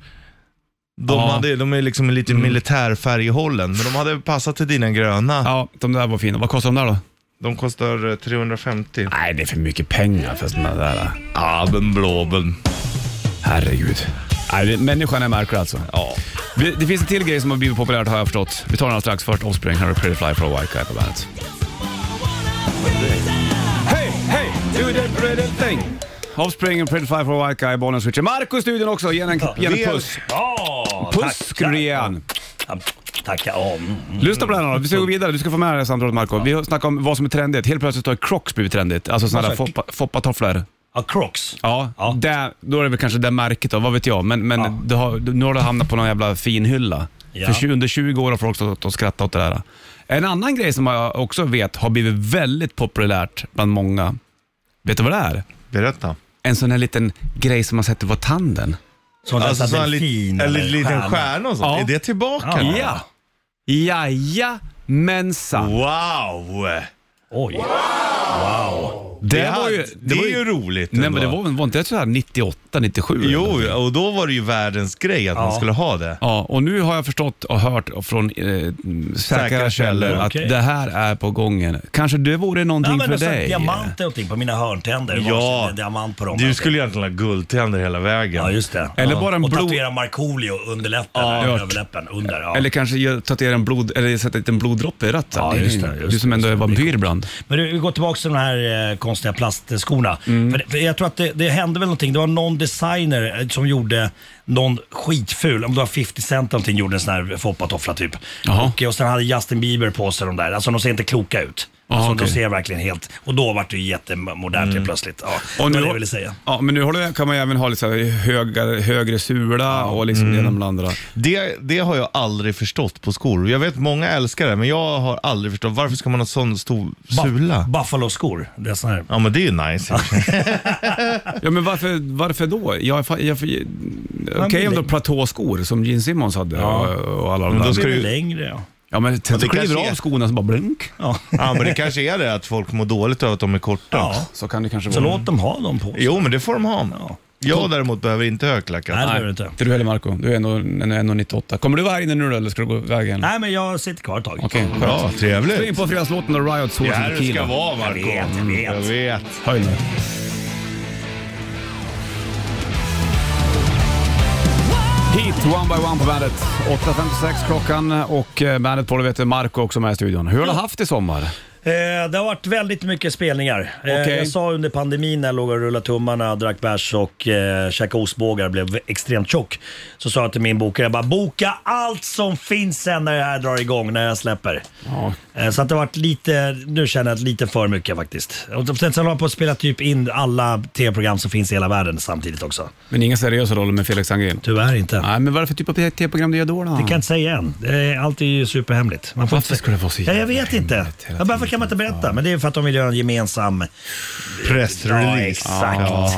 De, Ja. Mm. hade, de är liksom lite militärfärghållen, men de hade passat till dina gröna. Ja, de där var fina. Vad kostar de där då? De kostar eh, 350. Nej, det är för mycket pengar för sådana där. Ja, men blåben. Herregud. Nej, det- människan är märklig alltså. Ja. Vi- Det finns en till grej som har blivit populärt har jag förstått. Vi tar den alldeles strax. Först Offspring, här har Pretty Fly for a White Guy på bandet. Hey, hey, do the pretty thing. Offspring och Pretty Fly for a White Guy, bollen switcher. Marco i studion också, ge henne en, ge henne en puss. Ja, Puss skulle du ge han. Tacka om. Lyssna på den här då. Vi ska gå Mm. vidare. Du ska få med det här samtalet Marco. Vi har snackat om vad som är trendigt. Helt plötsligt har Crocs blivit trendigt. Alltså sådana där Vad sa foppa- foppatofflor. Ja, Crocs. Ja, Ja. Där, då är det väl kanske det märket då, vad vet jag. Men, men du har, du, nu har du hamnat på någon jävla fin hylla. Ja. För tju- under 20 år har folk stått och skrattat åt det där. En annan grej som jag också vet har blivit väldigt populärt bland många. Vet du vad det är? Berätta. En sån här liten grej som man sätter på tanden. Som alltså, så nästan en lit- delfin. en li- liten stjärna och sånt. Ja. Är det tillbaka? Ja. Jajamensan. Wow! Oj. Det, var hade- ju- det, det var är ju ju- roligt Nej, ändå. men det var, var inte det sådär 98, 97? eller Jo, någonting? och då var det ju världens grej att man skulle ha det. Ja, och nu har jag förstått och hört från eh, säkra, Säkra källor, källor att okej. det här är på gången. Kanske det vore någonting men alltså, för nästan dig? Diamant eller någonting på mina hörntänder. Ja. Ja. En diamant på dem. alltså. Du skulle egentligen ha guldtänder hela vägen. Ja, just det. Eller bara en och blod- tatuera Markoolio under läppen, Ja, eller hört. överläppen, under. Ja. Eller kanske ge- tatuera en blod, eller sätta en liten bloddroppe i ratten. Ja, just det, just du som det, ändå är just det. vampyr ibland. Men du, vi går tillbaka till de här eh, konstiga plastskorna. Mm. För, det- för jag tror att det, det hände väl någonting. Det var någon designer eh, som gjorde någon skitful, om det var 50 Cent eller någonting, gjorde en sån här foppatoffla typ. Jaha. Och, eh, och sen hade Justin Bieber på sig de där. Alltså de ser inte kloka ut. Jaha, alltså, De okej. Mm. ser verkligen helt... Och då vart det ju jättemodernt helt plötsligt. Ja, Och det nu, var det jag ville säga. Ja, men nu har du, kan man ju även ha lite så här höga, högre sula och liksom Mm. det ena med det andra. Det, det har jag aldrig förstått på skor. Jag vet många älskar det, men jag har aldrig förstått. Varför ska man ha sån stor Ah. sula? Buffalo-skor. Det är sån här. Ja, men det är ju nice. Ja, men varför, varför då? Jag, jag, jag, Okej om du har platåskor som Gene Simmons hade och, och alla de Men då där. ska Det är du- väl längre ja. Ja, men sen så det kanske kliver du är- av skorna så bara blink. ja. *laughs* Ja, men det kanske är det att folk mår dåligt över att de är korta. Ja. Så kan det kanske Så vara. låt dem ha dem på sig. Jo, men det får de ha. Ja. Jag däremot behöver inte Nej, högklackat. det behöver du inte. Inte du heller Marco Du är ändå, ändå 98. Kommer du vara här inne nu då, eller ska du gå iväg igen? Nej, men jag sitter kvar ett tag. Okej, Ja, skönt. Slå in trevligt. på fredagslåten och Riot Source Det här du ska Tequila. vara, Jag Marco vet, jag Jag vet. vet. Höj nu. Hit, One by One på bandet. 8.56 klockan och eh, bandet på det vet du, Marco också med i studion. Hur har du haft i sommar? Eh, det har varit väldigt mycket spelningar. Eh, Okej. jag sa under pandemin när jag låg och rullade tummarna, drack bärs och eh, käkade ostbågar blev extremt tjock. Så sa jag till min bokare, jag bara boka allt som finns sen när det här drar igång, när jag släpper. Ja. Eh, så att det har varit lite, nu känner jag att lite för mycket faktiskt. Och sen så håller jag på att spela typ in alla tv-program som finns i hela världen samtidigt också. Men inga seriösa roller med Felix Sandgren? Tyvärr inte. Nej, men vad är det för typ av tv-program du gör då? då? Det kan jag inte säga än. Det är- Allt är ju superhemligt. Man får Varför inte- ska det vara så ja, Jag jävla vet inte. hemligt hela Ja, Varför kan man inte berätta? Men det är för att de vill göra en gemensam... Ja, Pressrelease. exakt. Ja.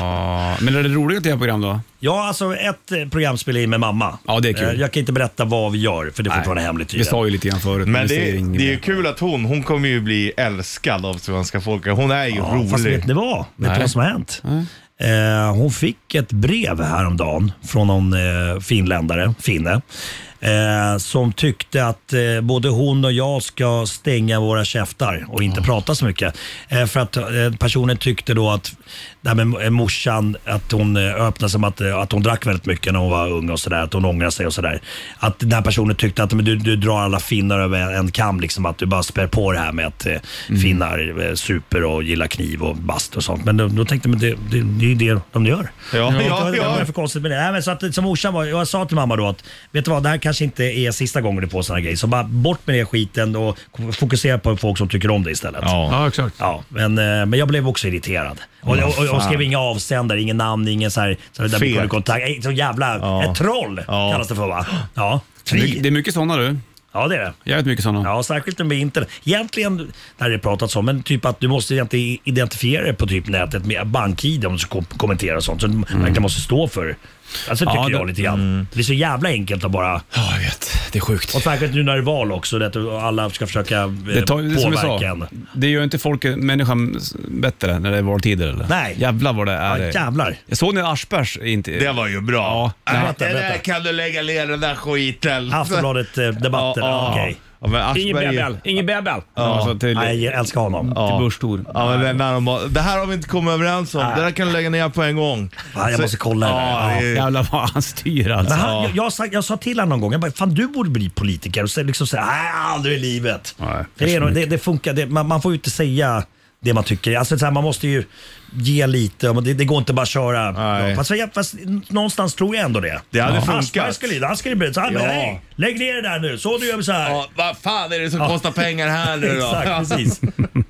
Ah. Men är det roliga tv-program då? Ja, alltså ett eh, program spelar in med mamma. Ja, det är kul. Eh, Jag kan inte berätta vad vi gör, för det är fortfarande hemligt. Vi sa ju lite grann förut. Men vi det, säger inget det är ju mer. kul att hon, hon kommer ju bli älskad av svenska folket. Hon är ju ja, Fast rolig. vet ni vad? Vet ni Nej. vad som har hänt? Eh, hon fick ett brev häromdagen från någon eh, finländare, finne, eh, som tyckte att eh, både hon och jag ska stänga våra käftar och inte prata så mycket. Eh, för att eh, personen tyckte då att det här med eh, morsan, att hon eh, öppnade som att, eh, att hon drack väldigt mycket när hon var ung och sådär, att hon ångrar sig och sådär. Att den här personen tyckte att men du, du drar alla finnar över en kam, liksom att du bara spär på det här med att eh, Mm. finnar eh, super och gillar kniv och bast och sånt. Men då, då tänkte man, det, det, det är ju det de gör. Ja, Jag vet ja, inte vad det är ja. för konstigt med det. Nej, men så att, som morsan var, jag sa till mamma då att vet du vad, det här kanske inte är sista gången du får såna grejer. Så bara bort med den skiten och fokusera på folk som tycker om det istället. Ja. Ja, exakt. Ja, men, eh, men jag blev också irriterad. Och, och, och, och skrev inga avsändare, ingen namn, ingen så här, så här där vi Fet. kunde kontakta. Så jävla, Ja. ett troll Ja. kallas det för va? Ja. Det är mycket sådana du. Ja, det är det. Jävligt mycket sådana. Ja, särskilt med internet. Egentligen, det här är pratat om, men typ att du måste egentligen identifiera dig på typ nätet med bank-id om du ska kom- kommentera och sånt. Så du verkligen måste stå för. Alltså tycker Ja, jag det- mm. lite grann. Det är så jävla enkelt att bara... Ja, jag vet. Det är sjukt. Och särskilt nu när det är val också, det att alla ska försöka eh, Det, tar, det, är som vi påverka sa, en. det gör inte folk, människan s- bättre när det är valtider. Eller? Nej. Jävlar vad det Ja, är. jävlar. jag såg när Aschbergs inte... Det var ju bra. Ja, Äh, berätta, det där berätta. kan du lägga ner den där *laughs* skiten. Aftonbladet-debatten, Ja, ja. eh, okej. Ja, men Ingen Aschberg- bäbel, ingen bäbel. Alltså, till, Nej, jag älskar honom. Ja. till Börstor. Ja, men den där de bara, det här har vi inte kommit överens om. Det där kan du lägga ner på en gång. Ja, jag Så- måste kolla det där. Ja, Ja. det är- Jävlar vad han styr alltså. Men han, jag, jag, sa, jag sa till honom någon gång, jag bara, fan du borde bli politiker. Och så liksom så här, nej aldrig i livet. Nej, För det, är nog- det, det funkar, det, man, man får ju inte säga det man tycker. Alltså, så här, man måste ju ge lite, och det, det går inte bara att köra. Nej. Fast, jag, fast någonstans tror jag ändå det. Det hade funkat. Aschberg skulle lyda, han skulle bli så här, men Ja. hej, lägg ner det där nu, så du gör vi så här. Ja, vad fan är det som kostar pengar här nu då? *laughs* *laughs* Exakt, precis.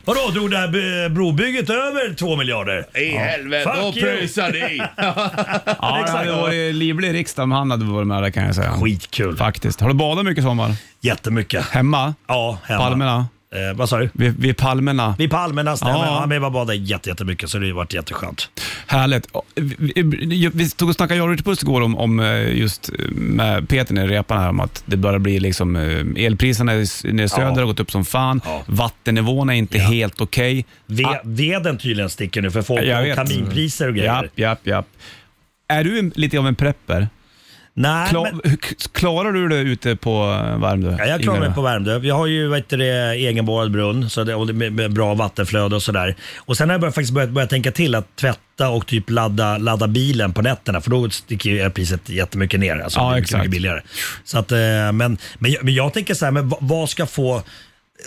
Vadå, drog det här by- brobygget över två miljarder? I helvete, Fuck och you. pröjsar ni! Ja, det hade varit livlig riksdag om han hade varit med där kan jag säga. Skitkul. Faktiskt. Har du badat mycket i sommar? Jättemycket. Hemma? Ja, hemma. Palmerna? Eh, vad sa du? Vid, vid palmerna? Vid Palmerna stämmer. Ja. Ja. men jag badade jätte, jättemycket så det har varit jätteskönt. Härligt. Ja, vi- vi- Vi stod och snackade, jag och Richard Puss igår, om, om eh, just eh, med Peter nere i repan här, om att det börjar bli liksom, eh, elpriserna i s- nere i söder Ja. har gått upp som fan. Ja. Vattennivån är inte helt okej. Ve- Ah, Veden tydligen sticker nu för folk Jag har vet. Mm. kaminpriser och grejer. Japp, japp, japp. Är du en, lite av en prepper? Nej, Kla, men, hur- k- Klarar du det ute på eh, Värmdö? ja, jag klarar mig Ingvar? på Värmdö. Vi har ju vad heter det, egenborrad brunn så det, och det, med, med bra vattenflöde och sådär. Och sen har jag börjat, faktiskt börjat, börjat tänka till att tvätta och typ ladda, ladda bilen på nätterna för då sticker ju elpriset jättemycket ner. Alltså, Ja, det är mycket, exakt. mycket billigare. Så att, eh, men, men, jag- men jag tänker så här, men vad- vad ska få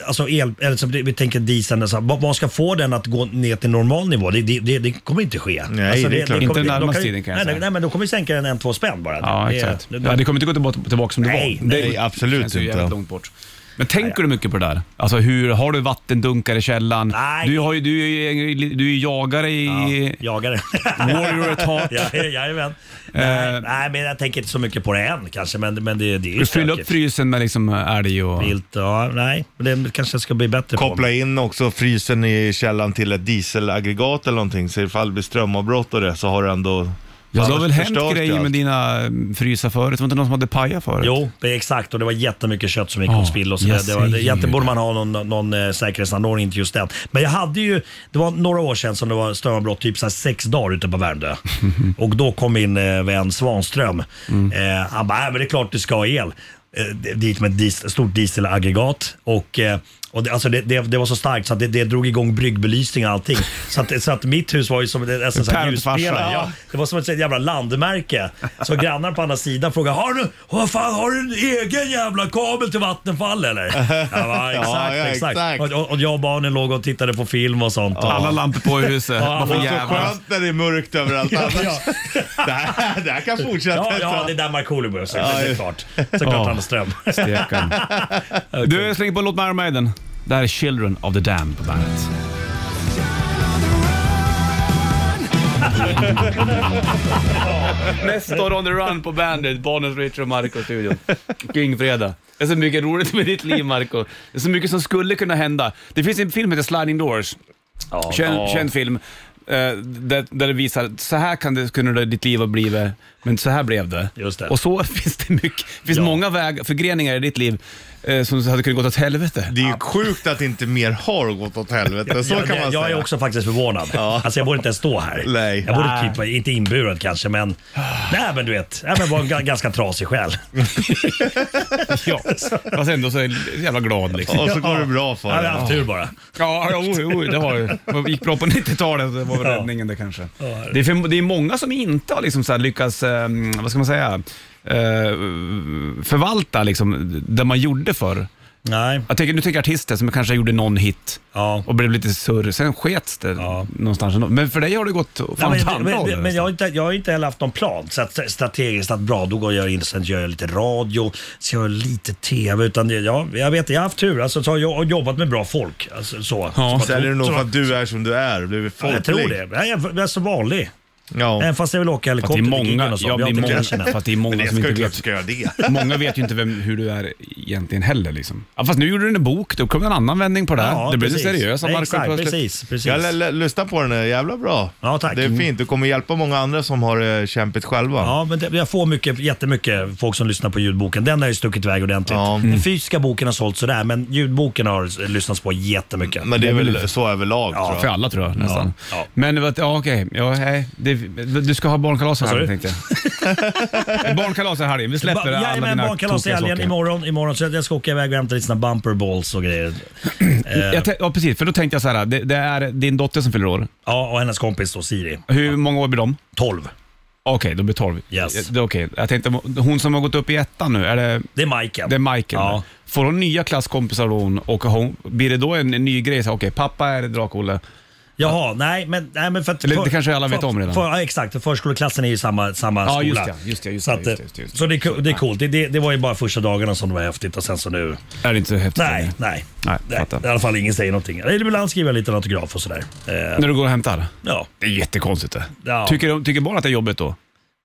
Alltså el, eller som det- vi tänker dieseln, alltså, vad, vad ska få den att gå ner till normal nivå? Det, det, det, det kommer inte ske. Nej, alltså, det är klart. Inte kommer- den de närmaste ju- tiden kan jag nej, nej, säga. nej, men då kommer vi sänka den en, två spänn bara. Ja, Det- exakt. det- ja, det kommer inte gå tillbaka, tillbaka som det Nej, var. Det nej, absolut känns ju inte. jävligt långt bort. Men tänker du mycket på det där? Alltså hur, har du vattendunkar i källaren? Nej. Du, har ju, du, är, ju- du är ju jagare i... Jagare. Warrior at heart. ja, jajamän. Eh. nej, nej, men jag tänker inte så mycket på det än kanske, men, men det, det är ju Du fyller upp stökigt. frysen med liksom älg och... Vilt, ja, nej, men det kanske jag ska bli *laughs* bättre Koppla på. in också frysen i källan till ett dieselaggregat eller någonting, så ifall det blir strömavbrott och det så har du ändå... Ja, det har väl hänt förstört grejer allt. med dina mm, frysar förut? Var det inte någon som hade pajat förut? Jo, det är exakt och det var jättemycket kött som gick Ja, åt spill och så jag där. det var, det, säger Egentligen borde det. man ha någon, någon eh, säkerhetsanordning inte just den. Men jag hade ju, det var några år sedan som det var strömavbrott, typ så här sex dagar ute på Värmdö. *laughs* och då kom min eh, vän Svanström. Eh, han bara, "Nej, men det är klart du ska ha el. Eh, d- dit med ett dis, stort dieselaggregat. Och, eh, och det, alltså det, det, det var så starkt så att det, det drog igång bryggbelysning och *laughs* allting. så, att, så att mitt hus var ju som en nästan så här Pärlfarsa. ljuspelare. Ja, det var som ett jävla landmärke. Så grannar på andra sidan frågade har du, vad fan, har du en egen jävla kabel till Vattenfall eller? *laughs* Jag bara, exakt, Ja, ja, exakt. exakt. Och- Och, och jag och barnen låg och tittade på film och sånt. Alla lampor på i huset. Ja, Vad för och så Så jävla... skönt när det är *laughs* mörkt överallt annars. *laughs* Det, här, det här kan fortsätta Ja, ett ja, tag. det är där Markoolio börjar. Så det är klart. Såklart Ja. *laughs* Anderström. *laughs* Stekan. Du, jag slänger på en låt med Iron Maiden. Det här är Children of the Dam på *laughs* bandet. Nestor on the run på bandet, Bonus Richard och Marco i studion. King Fredag. Det är så mycket roligt med ditt liv Marco. Det är så mycket som skulle kunna hända. Det finns en film som heter Sliding Doors. Känd, känd film. eh, där, där det visar, så här kan det, kunde det, ditt liv ha blivit, men så här blev det. Just det. Och så *laughs* finns det mycket, finns Ja. många väg, förgreningar i ditt liv eh, som hade kunnat gå åt helvete. Det är ju sjukt att inte mer har gått åt helvete, så jag, kan man jag säga. är också faktiskt förvånad. Alltså jag borde inte ens stå här. Nej. Jag borde typ, vara- inte inburad kanske, men... Nej men du vet, nej, men var en g- ganska trasig själ. *laughs* Ja. Fast ändå så är jag jävla glad liksom. Och så går det bra Jag för hade dig. haft tur bara. Ja, jo, jo, det har ju. Det gick bra på 90-talet, det var väl Ja. räddningen det kanske. herregud. Det är, för, det är många som inte har liksom så här lyckats, eh, vad ska man säga, eh, förvalta liksom det man gjorde förr. Nej. Jag tänker, nu tänker jag artister som kanske gjorde någon hit Ja. och blev lite surr, sen skets det Ja. någonstans. ändå. Men för dig har det gått fan Nej, åt men, andra men, hållet men, men jag, har nästan. inte, jag har inte heller haft någon plan så att, strategiskt att bra, då går jag in sen gör jag lite radio, så gör jag lite TV. Utan det, ja, jag vet, jag har haft tur. Alltså, så har jag och jobbat med bra folk. Alltså, så. Ja, Som Så är det som nog för har- att du är som du är, blivit Ja, folklig. Jag tror det. Nej, Jag jag är så vanlig. Ja. Även fast jag vill åka För att det helikopter är till giggen måna, och så. ja, Vi det har är inte många, cachen än. för att det är många som inte vet. göra det. Många vet ju inte vem, hur du är egentligen heller. Liksom. Ja, fast nu gjorde du en bok, då kom det en annan vändning på det. här. *laughs* Ja, det blev det precis. seriösa Nej, Marco Exakt, plötsligt. precis. precis. Jag l- l- lyssnar på den, är jävla bra. Ja, tack. Det är fint, du kommer hjälpa många andra som har eh, kämpigt själva. Ja, men det, jag får mycket, jättemycket folk som lyssnar på ljudboken. Den har ju stuckit iväg ordentligt. Ja. Mm. Den fysiska boken har sålt sådär, men ljudboken har eh, lyssnats på jättemycket. Men det är väl så överlag Ja, tror För jag. alla tror jag nästan. Ja, ja. Men det var- ja, okej, ja, hej. Det- du ska ha barnkalas i Vad sa helgen du? tänkte jag. *laughs* barnkalas i helgen, vi släpper Ba- alla Jajamän, dina barnkalas i tokiga helgen saker. imorgon, imorgon. Så jag ska åka iväg och hämta lite såna bumper balls och grejer. Jag tän- ja, precis. För då tänkte jag så här, det, det är din dotter som fyller år. Ja, och hennes kompis då, Siri. Hur många år blir de? 12. Okej, då blir 12. Yes. Det är Okej, jag tänkte, hon som har gått upp i ettan nu, är det, Det är Michael. det är Michael? Ja. Får hon nya klasskompisar då hon, och hon, blir det då en, en ny grej? så här, Okej, pappa är Drak-Olle. Jaha, nej men, nej, men för att... Eller det för- kanske alla vet för, om redan. För, ja, exakt, för förskoleklassen är ju samma, samma Ja, skola. just det, just det, just så det, att, just det, just det, just det. Så det, är co- det är coolt. Det, det, det var ju bara första dagarna som det var häftigt och sen så nu... Är det inte så häftigt? Nej, nej. Nej, fattar. I alla fall ingen säger någonting. Eller ibland skriver jag lite autograf och sådär. Eh, När du går och hämtar? ja. Det är jättekonstigt det. Ja. Tycker, de- tycker barn att det är jobbigt då?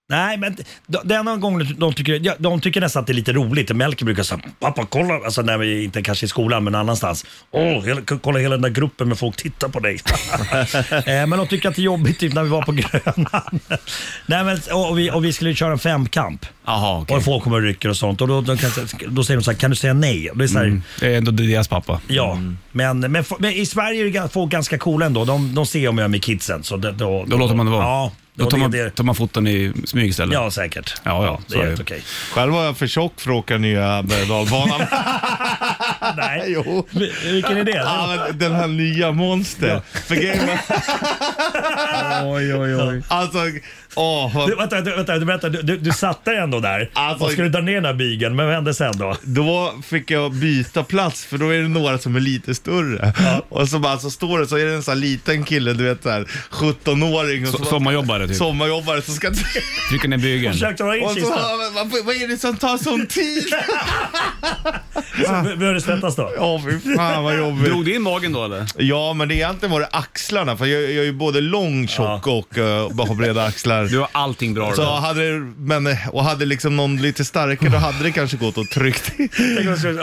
Nej, men d- den enda gången de tycker, ja, de tycker nästan att det är lite roligt. Melker brukar säga “Pappa, kolla”, alltså när vi inte kanske i skolan men annanstans. “Åh, hela, k- kolla hela den där gruppen med folk tittar på *laughs* dig”. eh, men de tycker att det är jobbigt typ när vi var på Grönan. *laughs* Nej, men, och, och, vi, och vi skulle köra en femkamp. Jaha, okej. Och folk kommer och rycker och sånt. Och då, då, kan, då säger de så här “Kan du säga nej?” och det är så här, Det är ändå deras pappa. Ja, Mm. men, men, f- men i Sverige är det gan- folk ganska coola ändå. De, de ser om jag är med kidsen. Så det, då, Då låter man det vara. Ja, Då tar det- man, det, tar man foton i smyg istället. ja säkert. Ja, ja, det så är är helt det. okej. Själv var jag för tjock för att åka nya berg och dalbanan. Nej. *laughs* Jo. Vi- Vilken är det? Ja, men den här nya monster. För grejen Oj, oj, oj. Alltså, åh. vad- Du, vänta, vänta, vänta, du, vänta, du, du, du satte dig ändå där Alltså- och skulle dra ner den här bigen, men vad hände *laughs* sen då? Då fick jag byta plats för då är det några som är lite större. Och så bara så står det så är det en sån här liten kille, du vet såhär 17-åring. och So- så- sommarjobbare typ. Sommarjobbare som ska... Trycker ner bygeln. Försökte dra in Och så, *laughs* kistan? vad, vad- vad är det som tar sån *laughs* tid? Så b- Började det svettas då? Ja, fy fan vad jobbigt. Drog du in magen då eller? Ja, men det egentligen var det axlarna, för jag, jag är ju både lång, tjock och eh, bara har breda axlar. Du har allting bra. Så då. hade, det- men, eh, och hade liksom någon lite starkare, då hade det kanske gått och tryckt i. Tänk om det skulle-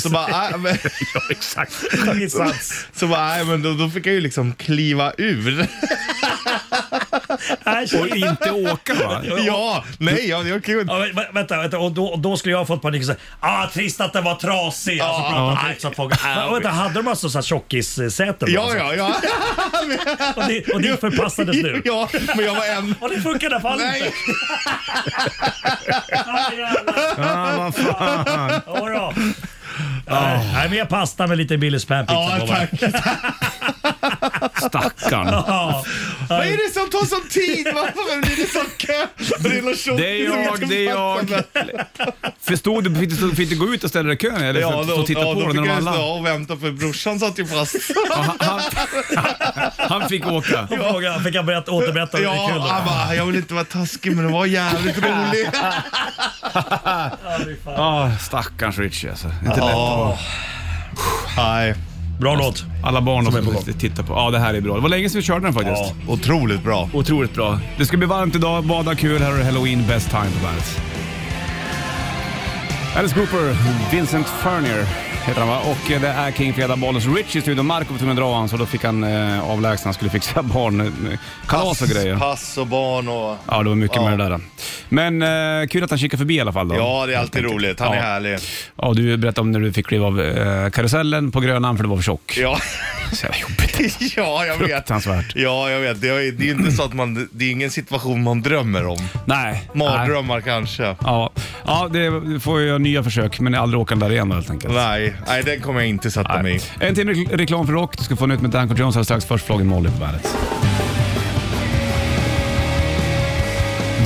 *laughs* Så bara, ah, men, ja, exakt. *laughs* Insats. så bara nej, men då, då fick jag ju liksom kliva ur. Nej, Och shit. inte åka *laughs* va? *laughs* ja, nej, jag, jag kunde Ja, men, vä- vänta, vänta. Och då, och då skulle jag ha fått panik och säga ah, trist att den var trasig. Alltså, Ja, pratar om ja. utsatt folk. Men, vänta, hade de alltså så här tjockissäten? då, Ja, alltså? ja, ja. Och det, och det förpassades nu? *laughs* Liksom, Ja, men jag var en. Och det funkar i alla fall *laughs* Nej. inte. Aj, jävlar. Ah, vad fan. Jodå. Nej, Nej, mer pasta med lite Billys panpizza Ja, på va? tack. *laughs* Stackarn. Ja. Vad är det som tar sån tid? Varför blir det sån kö? Det är någon tjock Det är som jag, inte det är jag. fattar. Förstod du? Fick du fick du gå ut och ställa dig i kön eller? Ja, Ja, då, och titta ja, på då den när fick de jag alla. stå och vänta för brorsan satt *laughs* ju fast. Han, han, han fick *laughs* åka. Och fråga, fick jag berätta, återberätta hur Ja, kul det han var? bara, jag vill inte vara taskig men det var *laughs* jävligt roligt. Ah, stackarns Richie alltså. Inte Ja. Nej, Bra låt. Alla barn som är på gång. tittar på. Ja, det här är bra. Det var länge sedan vi körde den faktiskt. Ja. otroligt bra. Otroligt bra. Det ska bli varmt idag, bada kul. Här är Halloween, best time på bandet. Alice Cooper, Vincent Fernier heter han va? Och eh, det är King Fredag, Bollens Rich i studion. Marko var tvungen att dra han så då fick han eh, avlägsna. Han skulle fixa *laughs* barn, eh, kalas och grejer. Pass och barn och... Ja, det var mycket Ja. med det där. Men eh, kul att han kikar förbi i alla fall då. Ja, det är alltid roligt. Han är Ja. härlig. Ja, du berättade om när du fick kliva av eh, karusellen på Grönan för du var för tjock. Ja, *laughs* Så jävla jobbigt. ja jag vet. Fruktansvärt. Ja, jag vet. Det är, det är inte så att man... Det är ingen situation man drömmer om. Nej. nej. Mardrömmar kanske. Ja, ja det får jag göra nya försök, men aldrig åka där igen helt enkelt. Nej, nej, den kommer jag inte sätta mig i. Nej. En timme re- reklam för rock. Du ska få nytt med Danko Jones alldeles strax. Först Flogging Molly på bandet.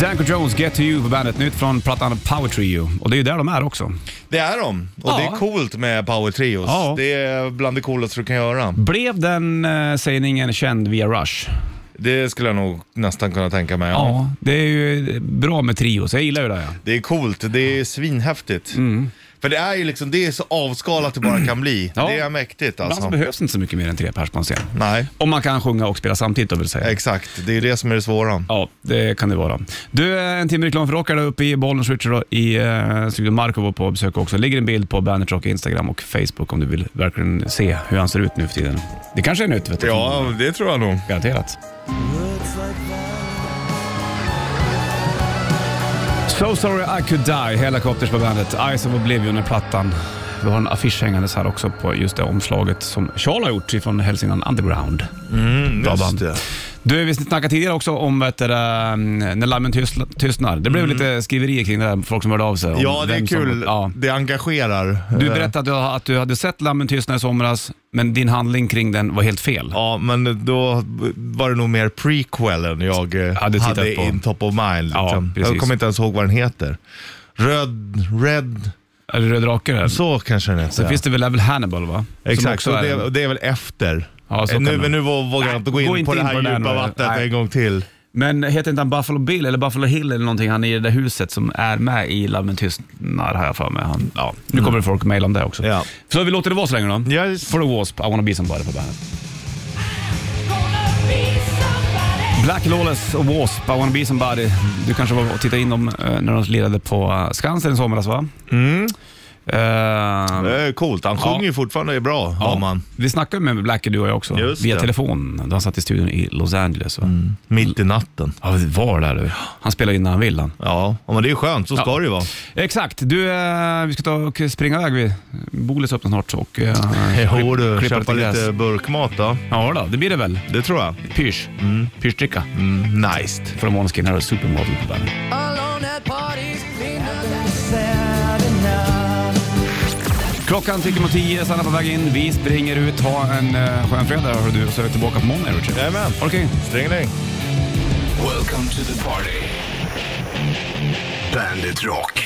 Danko Jones, Get To You på bandet. Nytt från plattan Power Trio. Och det är ju där de är också. Det är de. Och Ja. det är coolt med power trios. Ja. Det är bland det coolaste du kan göra. Blev den eh, sägningen känd via Rush? Det skulle jag nog nästan kunna tänka mig. Ja. Alltså. Ja, det är ju bra med trios. Jag gillar ju det. Ja. Det är coolt. Det är svinhäftigt. För det är ju liksom, det är så avskalat det bara kan bli. Mm. Ja. Det är mäktigt Ibland så alltså. behövs inte så mycket mer än tre pers på en scen. Nej, Om man kan sjunga och spela samtidigt, då vill säga. exakt. Det är det som är det svåra. Ja, det kan det vara. Du, eh, en timme reklam för rock är där uppe i Bollnäs Richard och i eh, studion Marco var på besök också. ligger en bild på Bandet Rock Instagram och Facebook om du vill verkligen se hur han ser ut nu för tiden. Det kanske är nytt, vet du. det tror jag nog. Garanterat. So sorry I could die, Helicopters på bandet. Eyes of Oblivion är plattan. Vi har en affisch hängandes här också på just det omslaget som Charles har gjort ifrån Hälsingland Underground. Mm, Bra band. just det. Du, vi snackade tidigare också om vet du, eh, när lammen tystna- tystnar. Det blev lite skriverier kring det där, folk som hörde av sig. om Mm. Ja, det är vem som- kul. ja. Det engagerar. Du Eh, berättade att du, att du hade sett lammen tystna i somras, men din handling kring den var helt fel. Ja, men då var det nog mer prequelen jag eh, Hade hade, tittat på. in top of mind. Ja, Liksom. precis. jag kommer inte ens ihåg vad den heter. Röd, Red, Är det Röd drake där? så kanske den heter. Sen finns det väl Level Hannibal va? Som Exakt, också och är det, en- och det är väl efter. Eh, Ja, så kan nu, det. men nu vågar jag inte gå Nej, in gå inte på det in här på det där djupa nu. vattnet Nej. en gång till. Men heter inte han Buffalo Bill eller Buffalo Hill eller någonting? Han är i det där huset som är med i Love and Tystnar har jag för mig. Han, ja. Nu kommer det folk mejla om det också. Mm. Ja. Så vi låter det vara så länge då. Yes. For the Wasp, I wanna be somebody på bandet. Black Lawless och Wasp, I wanna be somebody. Du kanske var och tittade in dem eh, när de lirade på eh, Skansen i somras va? Mm. Det är coolt, han sjunger Ja. ju fortfarande det är bra, har man. Vi snackade med Blackie du och jag också, Just via det. Mm. telefon. Då han satt i studion i Los Angeles. Va? Mitt i natten. Ja, vi var där du. Han spelar in när han vill han. Ja, ja, men det är skönt, så ska Ja. det ju vara. Exakt. Du, eh, vi ska ta och springa iväg. vi. Bolis öppnar snart och *laughs* eh, Jo du, klippa köpa lite lite gräs. burkmat då. Ja då, det blir det väl. Det tror jag. Pysch. Pyschdricka. Mm, nice. Från Måneskin. Här är Supermodel på bandet. Klockan tickar mot tio, Sanna på väg in. Vi springer ut. Ha en eh, skön fredag hör du, så är vi tillbaka på måndag Richard. Jajamän. Okej. Stringeling. Welcome to the party. Bandit Rock.